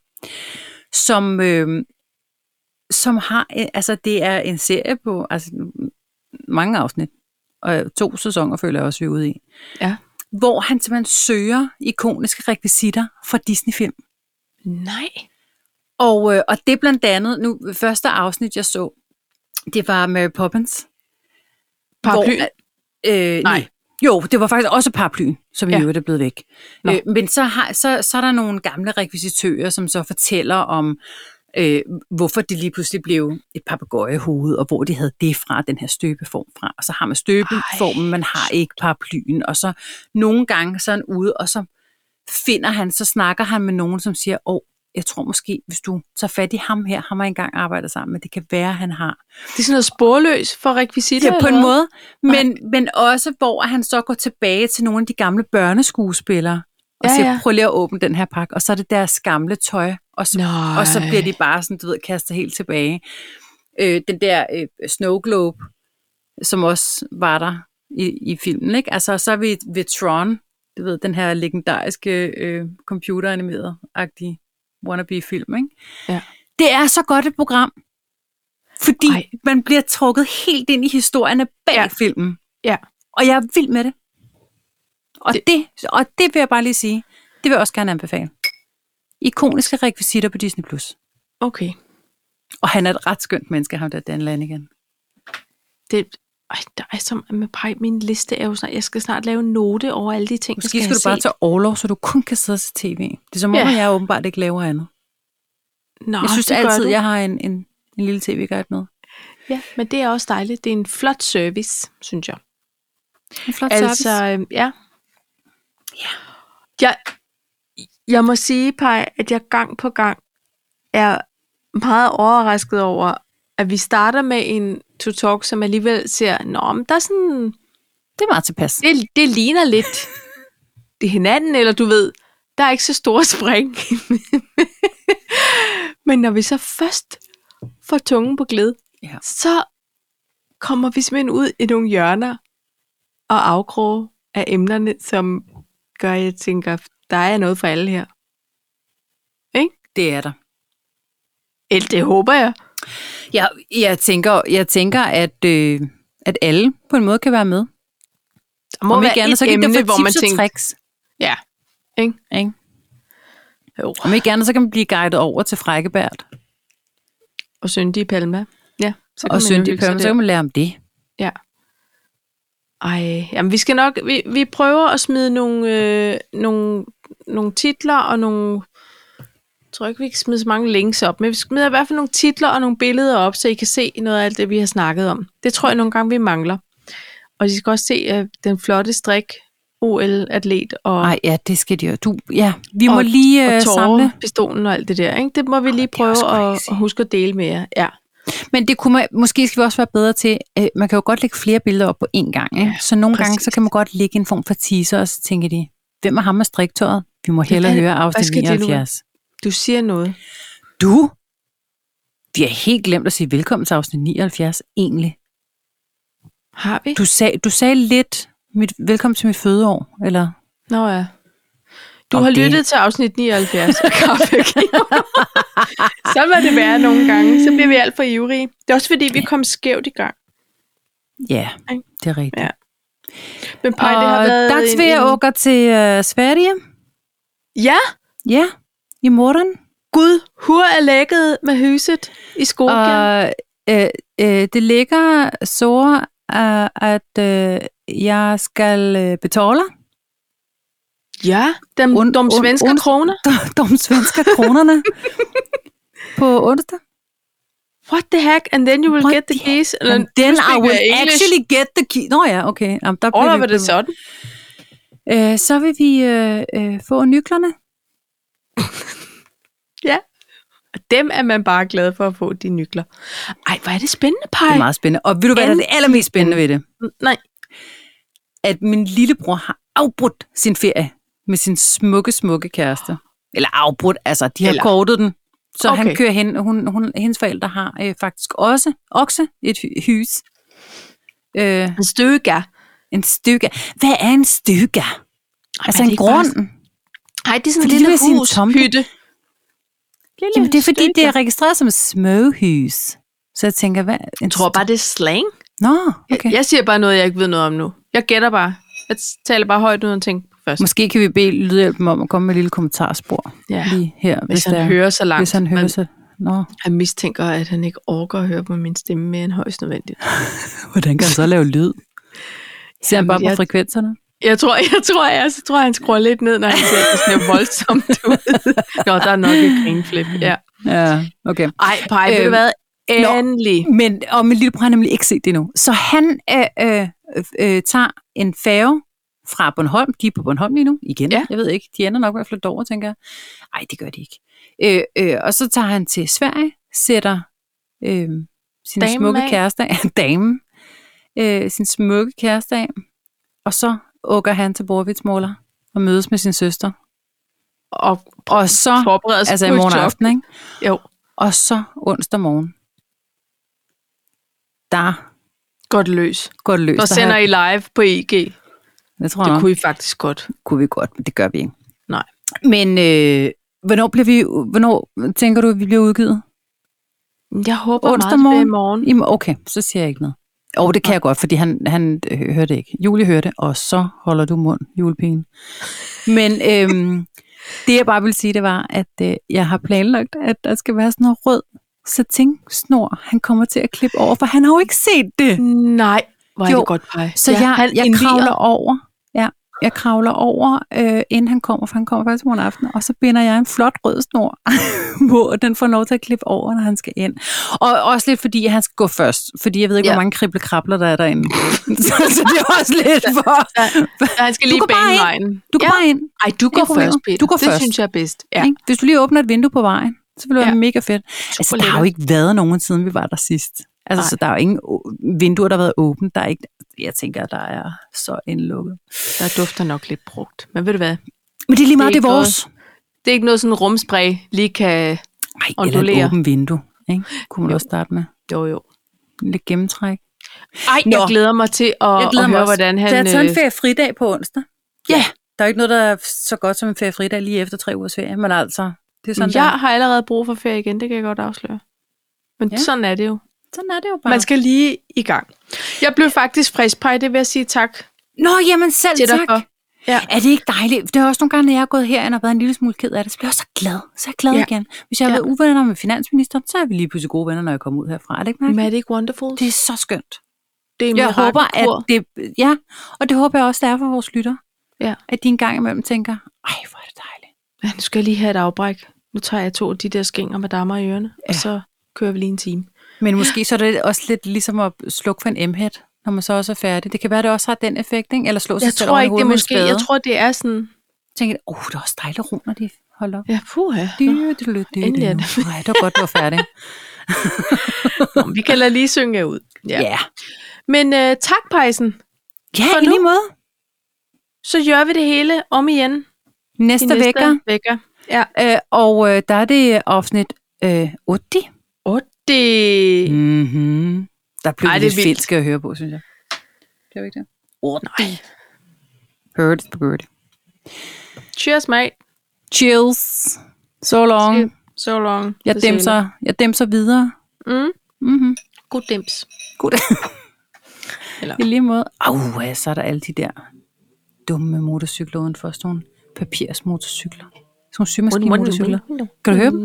Speaker 1: som, øh, som har, øh, altså det er en serie på altså, mange afsnit, og to sæsoner føler jeg også, vi er ude i
Speaker 2: Ja.
Speaker 1: hvor han simpelthen søger ikoniske rekvisitter fra Disney-film.
Speaker 2: Nej.
Speaker 1: Og, øh, og det er blandt andet, nu første afsnit, jeg så, det var Mary Poppins.
Speaker 2: Paraplyen?
Speaker 1: Hvor, øh, nej.
Speaker 2: Nej.
Speaker 1: Jo, det var faktisk også paraplyen, som i
Speaker 2: Ja.
Speaker 1: øvrigt er blevet væk.
Speaker 2: Nå.
Speaker 1: Øh, men så, har, så, så er der nogle gamle rekvisitører, som så fortæller om, øh, hvorfor det lige pludselig blev et papegøjehoved, og hvor de havde det fra, den her støbeform fra. Og så har man støbeformen, man har ikke paraplyen. Og så nogle gange så er han ude, og så finder han, så snakker han med nogen, som siger, åh, jeg tror måske, hvis du tager fat i ham her, ham har jeg engang arbejdet sammen med, det kan være, han har
Speaker 2: Det er sådan noget sporløs for rekvisitter?
Speaker 1: Ja, på en
Speaker 2: eller hvad?
Speaker 1: måde. Men, men også, hvor han så går tilbage til nogle af de gamle børneskuespillere, og
Speaker 2: Ja,
Speaker 1: ja, siger,
Speaker 2: ja.
Speaker 1: prøv lige at åbne den her pakke, og så er det deres gamle tøj, og så,
Speaker 2: Nej.
Speaker 1: og så bliver de bare sådan, du ved, kastet helt tilbage. Øh, den der øh, Snow Globe, som også var der i, i filmen, ikke? Altså, så er vi ved Tron, du ved, den her legendariske øh, computeranimerede-agtige wannabe-film, ikke?
Speaker 2: Ja.
Speaker 1: Det er så godt et program, fordi
Speaker 2: Ej.
Speaker 1: Ej. man bliver trukket helt ind i historierne bag
Speaker 2: Ja.
Speaker 1: ja. filmen.
Speaker 2: Ja.
Speaker 1: Og jeg er vild med det. Og det. det. Og det vil jeg bare lige sige, det vil jeg også gerne anbefale. Ikoniske rekvisitter på Disney+. Plus.
Speaker 2: Okay.
Speaker 1: Og han er et ret skønt menneske, ham der Dan Lanigan.
Speaker 2: Det, ej, der er som med pej, min liste er jo snart, jeg skal snart lave en note over alle de ting,
Speaker 1: Måske skal,
Speaker 2: jeg
Speaker 1: skal du
Speaker 2: have
Speaker 1: bare
Speaker 2: set.
Speaker 1: tage overlov, så du kun kan sidde og se tv. Det er som om,
Speaker 2: Ja.
Speaker 1: ja. jeg åbenbart ikke laver andet.
Speaker 2: Nå,
Speaker 1: Jeg synes
Speaker 2: det gør
Speaker 1: altid,
Speaker 2: du.
Speaker 1: jeg har en, en, en lille tv-guide med.
Speaker 2: Ja, men det er også dejligt. Det er en flot service, synes jeg.
Speaker 1: En flot
Speaker 2: altså,
Speaker 1: service.
Speaker 2: øh, ja. Jeg, jeg må sige, Paj, at jeg gang på gang er meget overrasket over, at vi starter med en to talk, som alligevel ser, nå, men der er sådan,
Speaker 1: Det er meget tilpas.
Speaker 2: det, det ligner lidt det hinanden, eller du ved, der er ikke så store spring. Men når vi så først får tungen på glæde,
Speaker 1: Ja.
Speaker 2: så kommer vi simpelthen ud i nogle hjørner og afkroge af emnerne, som gør, at jeg tænker, der er noget for alle her.
Speaker 1: Det er der.
Speaker 2: Eller det håber jeg.
Speaker 1: Jeg, jeg tænker, jeg tænker at, øh, at alle på en måde kan være med.
Speaker 2: Der må
Speaker 1: Om
Speaker 2: være
Speaker 1: ikke andet,
Speaker 2: et
Speaker 1: så kan
Speaker 2: emne,
Speaker 1: det
Speaker 2: hvor man tænker,
Speaker 1: tricks.
Speaker 2: ja, ikke?
Speaker 1: Ikke?
Speaker 2: Jo.
Speaker 1: Om ikke andet, så kan man blive guidet over til Frækkebært
Speaker 2: Og syndige Palma. Ja, så kan
Speaker 1: og
Speaker 2: man jo
Speaker 1: Søndig
Speaker 2: hygge sig
Speaker 1: Pørm, så
Speaker 2: der.
Speaker 1: kan man lære om det.
Speaker 2: Ej, jamen vi skal nok, vi, vi prøver at smide nogle, øh, nogle, nogle titler og nogle, jeg tror ikke, vi kan smide så mange links op, men vi smider i hvert fald nogle titler og nogle billeder op, så I kan se noget af alt det, vi har snakket om. Det tror jeg nogle gange, vi mangler. Og I skal også se øh, den flotte strik, OL-atlet og,
Speaker 1: Nej, ja, det skal de jo. Du, ja, vi må
Speaker 2: Og-
Speaker 1: lige øh,
Speaker 2: og
Speaker 1: samle.
Speaker 2: pistolen og alt det der. Ikke? Det må vi lige
Speaker 1: det er også
Speaker 2: prøve at,
Speaker 1: crazy.
Speaker 2: at huske at dele med jer. Ja.
Speaker 1: Men det kunne man, måske skal vi også være bedre til, øh, man kan jo godt lægge flere billeder op på én gang. Ikke? Så nogle
Speaker 2: præcis.
Speaker 1: gange, så kan man godt lægge en form for teaser, og så tænker de, hvem er ham med striktøjet? Vi må hellere
Speaker 2: Hvad-
Speaker 1: høre
Speaker 2: hvad skal
Speaker 1: afsnit
Speaker 2: det nu?
Speaker 1: 79.
Speaker 2: Du siger noget.
Speaker 1: Du? Vi har helt glemt at sige velkommen til afsnit 79, egentlig.
Speaker 2: Har vi?
Speaker 1: Du sagde, du sagde lidt mit, velkommen til mit fødeår, eller?
Speaker 2: Nå ja. Du
Speaker 1: Om
Speaker 2: har
Speaker 1: det-
Speaker 2: lyttet til afsnit 79 af Kaffekiver. Så må det være nogle gange. Så bliver
Speaker 1: Mm.
Speaker 2: vi alt for ivrige. Det er også fordi, vi kom skævt i gang.
Speaker 1: Ja,
Speaker 2: Ej.
Speaker 1: det er rigtigt.
Speaker 2: Ja. Men Paj, det har
Speaker 1: Og
Speaker 2: været
Speaker 1: dags vi jeg åker til uh, Sverige.
Speaker 2: Ja,
Speaker 1: Ja, i morgen.
Speaker 2: Gud, hur er lækket med huset i skolegården.
Speaker 1: Og øh, øh, det ligger så, øh, at øh, jeg skal øh, betale
Speaker 2: ja, dem,
Speaker 1: und-
Speaker 2: Mm, de
Speaker 1: und-
Speaker 2: svenske
Speaker 1: und-
Speaker 2: kroner.
Speaker 1: de, de svenske kronerne på onsdag.
Speaker 2: What the heck? And then you will
Speaker 1: What
Speaker 2: get the
Speaker 1: the
Speaker 2: keys. Eller,
Speaker 1: And then
Speaker 2: du
Speaker 1: I
Speaker 2: speaker
Speaker 1: will
Speaker 2: English.
Speaker 1: actually get the key. Nå ja, okay. Jamen, der
Speaker 2: All
Speaker 1: bliver
Speaker 2: over
Speaker 1: vi-
Speaker 2: the sudden.
Speaker 1: Øh, så vil vi øh, øh, få nyklerne.
Speaker 2: Og dem er man bare glad for at få, de nykler. Ej, hvor er det spændende, Paj.
Speaker 1: Det er meget spændende. Og ved du, hvad der er det allermest spændende ved det?
Speaker 2: Nej,
Speaker 1: At min lillebror har afbrudt sin ferie med sin smukke, smukke kæreste. Eller afbrudt, altså de har
Speaker 2: Eller-
Speaker 1: Eller. kortet den. Så okay.
Speaker 2: Okay.
Speaker 1: han kører hen, og hun, hun, hendes forældre har øh, faktisk også, også et hy- hus. Øh,
Speaker 2: en støger.
Speaker 1: en stykke. Hvad er en stykke? Altså
Speaker 2: er det
Speaker 1: en
Speaker 2: ikke
Speaker 1: grund.
Speaker 2: Nej, det er
Speaker 1: Fordi
Speaker 2: sådan en lille
Speaker 1: det vil sige en
Speaker 2: hus,
Speaker 1: tomte.
Speaker 2: hytte. Lille
Speaker 1: Jamen, det er fordi, det
Speaker 2: stykke.
Speaker 1: er registreret som et småhus. Så jeg tænker, hvad? En
Speaker 2: Jeg tror bare, det er slang.
Speaker 1: Nå,
Speaker 2: Okay.
Speaker 1: okay.
Speaker 2: Jeg siger bare noget, jeg ikke ved noget om nu. Jeg gætter bare. Jeg taler bare højt uden at tænke først.
Speaker 1: Måske kan vi bede lydhjælpen om at komme med et lille kommentarspor
Speaker 2: Ja,
Speaker 1: lige her, hvis,
Speaker 2: hvis han
Speaker 1: der,
Speaker 2: hører så langt.
Speaker 1: hvis han hører
Speaker 2: men
Speaker 1: sig. Nå,
Speaker 2: Han mistænker, at han ikke orker at høre på min stemme mere end højst nødvendigt.
Speaker 1: hvordan kan han så lave lyd? Ser han
Speaker 2: Jamen,
Speaker 1: bare på
Speaker 2: jeg-
Speaker 1: frekvenserne?
Speaker 2: Jeg tror, jeg tror, jeg, så tror jeg, han skruer lidt ned, når han ser det sådan lidt voldsomt ud. Nå, der er nok et grinflip. Ja.
Speaker 1: Ja, okay.
Speaker 2: Ej, Paj, øh, ved du
Speaker 1: Øhm,
Speaker 2: hvad? Endelig.
Speaker 1: Men, og min lillebror har nemlig ikke set det endnu. Så han øh, øh, øh, tager en færge fra Bornholm. De er på Bornholm lige nu, igen.
Speaker 2: Ja.
Speaker 1: Jeg ved ikke, de ender nok med at flytte over, tænker jeg. Nej, det gør de ikke. Øh, øh, og så tager han til Sverige, sætter øh, sin
Speaker 2: Damen
Speaker 1: Dame smukke
Speaker 2: af.
Speaker 1: kæreste af, damen, øh, sin smukke kæreste af, og så åker han til Borvidsmåler og mødes med sin søster.
Speaker 2: Og
Speaker 1: Og så,
Speaker 2: forbereder sig
Speaker 1: altså i
Speaker 2: på et
Speaker 1: morgen
Speaker 2: job.
Speaker 1: aften, ikke?
Speaker 2: Jo,
Speaker 1: Og så onsdag morgen, der
Speaker 2: godt løs.
Speaker 1: går det løs.
Speaker 2: Så
Speaker 1: Der har
Speaker 2: sender I live på E IG.
Speaker 1: Jeg tror,
Speaker 2: Det
Speaker 1: det kunne,
Speaker 2: kunne I faktisk godt.
Speaker 1: kunne vi godt, men det gør vi ikke.
Speaker 2: Nej.
Speaker 1: Men øh, hvornår, bliver vi, hvornår tænker du, at vi bliver udgivet?
Speaker 2: Jeg håber
Speaker 1: Onsdag
Speaker 2: meget, det bliver i
Speaker 1: morgen.
Speaker 2: morgen.
Speaker 1: Jamen, okay, så siger jeg ikke noget. Og oh, det kan jeg godt, fordi han, han øh, hører det ikke. Julie hører det, og så holder du mund, julepigen. Men øhm, det, jeg bare vil sige, det var, at øh, jeg har planlagt, at der skal være sådan noget rød satinsnor, han kommer til at klippe over, for han har jo ikke set det.
Speaker 2: Nej, hvor er
Speaker 1: Jo,
Speaker 2: det godt, Paj.
Speaker 1: Så ja, jeg, jeg
Speaker 2: indvier.
Speaker 1: kravler over. Ja, jeg kravler over, øh, inden han kommer, for han kommer først i morgen aften, og så binder jeg en flot rød snor, hvor den får lov til at klippe over, når han skal ind. Og også lidt fordi, at han skal gå først, fordi jeg ved ikke,
Speaker 2: Ja.
Speaker 1: ja. hvor mange kriblekrabler, der er derinde. så, så det er også lidt for...
Speaker 2: Ja, Han skal
Speaker 1: Du
Speaker 2: lige
Speaker 1: går bare
Speaker 2: bane
Speaker 1: ind.
Speaker 2: vejen.
Speaker 1: Du går
Speaker 2: ja.
Speaker 1: ja. bare ind.
Speaker 2: Ej, du går
Speaker 1: er problemet.
Speaker 2: først, Peter.
Speaker 1: Du går
Speaker 2: det
Speaker 1: først.
Speaker 2: synes jeg er bedst. Ja.
Speaker 1: Ja. Hvis du lige åbner et vindue på vejen, så vil det være
Speaker 2: Ja.
Speaker 1: ja. mega fedt. Altså, der har jo ikke været nogen, siden vi var der sidst. Altså,
Speaker 2: Nej.
Speaker 1: Nej. så der er jo ingen å- vinduer, der har været åbent. Der er ikke, jeg tænker, der er så indlukket.
Speaker 2: Der dufter nok lidt brugt. Men ved du hvad?
Speaker 1: Men det er lige
Speaker 2: meget,
Speaker 1: meget, det er,
Speaker 2: det er
Speaker 1: vores.
Speaker 2: Det er ikke noget sådan rumspray lige kan...
Speaker 1: Ej,
Speaker 2: Og
Speaker 1: eller et
Speaker 2: ondulere.
Speaker 1: åbent vindue, ikke? kunne man
Speaker 2: Jo.
Speaker 1: jo. også starte med.
Speaker 2: Jo, jo.
Speaker 1: Lidt gennemtræk.
Speaker 2: Ej, jeg
Speaker 1: Nå.
Speaker 2: glæder mig til at,
Speaker 1: Jeg glæder
Speaker 2: at
Speaker 1: mig
Speaker 2: høre,
Speaker 1: også.
Speaker 2: hvordan han...
Speaker 1: Så jeg tager
Speaker 2: øh,
Speaker 1: en feriefridag på onsdag.
Speaker 2: Ja.
Speaker 1: Der er ikke noget, der er så godt som en feriefridag lige efter tre ugers ferie, men altså, det er sådan,
Speaker 2: øh, jeg
Speaker 1: der.
Speaker 2: har allerede brug for ferie igen, det kan jeg godt afsløre. Men ja.
Speaker 1: Ja.
Speaker 2: sådan er det jo.
Speaker 1: sådan er det jo bare.
Speaker 2: Man skal lige i gang. Jeg blev faktisk frisk, Paj, det vil jeg sige tak
Speaker 1: Nå, jamen selv
Speaker 2: til dig
Speaker 1: tak.
Speaker 2: for. Ja.
Speaker 1: Er det ikke dejligt? Det er også nogle gange, når jeg er gået herind og været en lille smule ked af det, så bliver jeg så glad. Så er jeg glad
Speaker 2: Ja.
Speaker 1: ja. igen. Hvis jeg har
Speaker 2: Ja.
Speaker 1: ja. været uvenner med finansministeren, så er vi lige pludselig gode venner, når jeg kommer ud herfra. Er det ikke
Speaker 2: Men
Speaker 1: mærkeligt?
Speaker 2: er det ikke wonderful?
Speaker 1: Det er så skønt.
Speaker 2: Det er en
Speaker 1: Jeg håber, at
Speaker 2: mirakelkur.
Speaker 1: det, ja, og det håber jeg også, der er for vores lytter.
Speaker 2: Ja.
Speaker 1: At de en gang imellem tænker, ej, hvor er det dejligt.
Speaker 2: Ja, nu skal jeg lige have et afbræk. Nu tager jeg to af de der skænger med dammer i ørerne, ja. og
Speaker 1: Ja.
Speaker 2: så kører vi lige en time.
Speaker 1: Men måske så er det også lidt ligesom at slukke for en M-hat, når man så også er færdig. Det kan være, at det også har den effekt, ikke? Eller slå sig
Speaker 2: Jeg
Speaker 1: selv
Speaker 2: tror
Speaker 1: oven i
Speaker 2: ikke, det
Speaker 1: hovedet
Speaker 2: er
Speaker 1: med en
Speaker 2: måske. Jeg
Speaker 1: spade.
Speaker 2: tror, det er sådan...
Speaker 1: tænker, åh, oh, det er også dejligt at ro, når de holder op.
Speaker 2: Ja, puha.
Speaker 1: Dy, dy, dy, dy,
Speaker 2: endelig er
Speaker 1: dy. Nej, det var godt, du var færdig.
Speaker 2: Nå, vi kan lade lige synge jer ud. Ja.
Speaker 1: Ja,
Speaker 2: Men øh, tak, Pejsen.
Speaker 1: ja
Speaker 2: For
Speaker 1: i
Speaker 2: nu.
Speaker 1: lige måde.
Speaker 2: Så gør vi det hele om igen. i
Speaker 1: Næste vækker.
Speaker 2: vækker.
Speaker 1: Øh, og øh, der er det afsnit øh, 80.
Speaker 2: 80. det...
Speaker 1: Mm-hmm. Der blev
Speaker 2: Ej,
Speaker 1: Ej,
Speaker 2: det er
Speaker 1: det lidt
Speaker 2: vildt.
Speaker 1: finsk at høre på, synes jeg. Det er jo ikke det. Oh, nej. Hurt spaghetti.
Speaker 2: Cheers, mate.
Speaker 1: Chills. So long.
Speaker 2: Cheers. So long.
Speaker 1: Jeg
Speaker 2: Det
Speaker 1: dæmser, jeg dæmser videre.
Speaker 2: siger jeg. Mm.
Speaker 1: Mm-hmm.
Speaker 2: God dims.
Speaker 1: God
Speaker 2: Eller-
Speaker 1: I lige måde. Au, ja, så er der alle de der dumme motorcykler uden for sådan nogle papirsmotorcykler. Sådan nogle
Speaker 2: Mm.
Speaker 1: symaskine motorcykler. Kan du høre dem?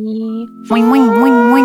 Speaker 1: Moing, moing, moing,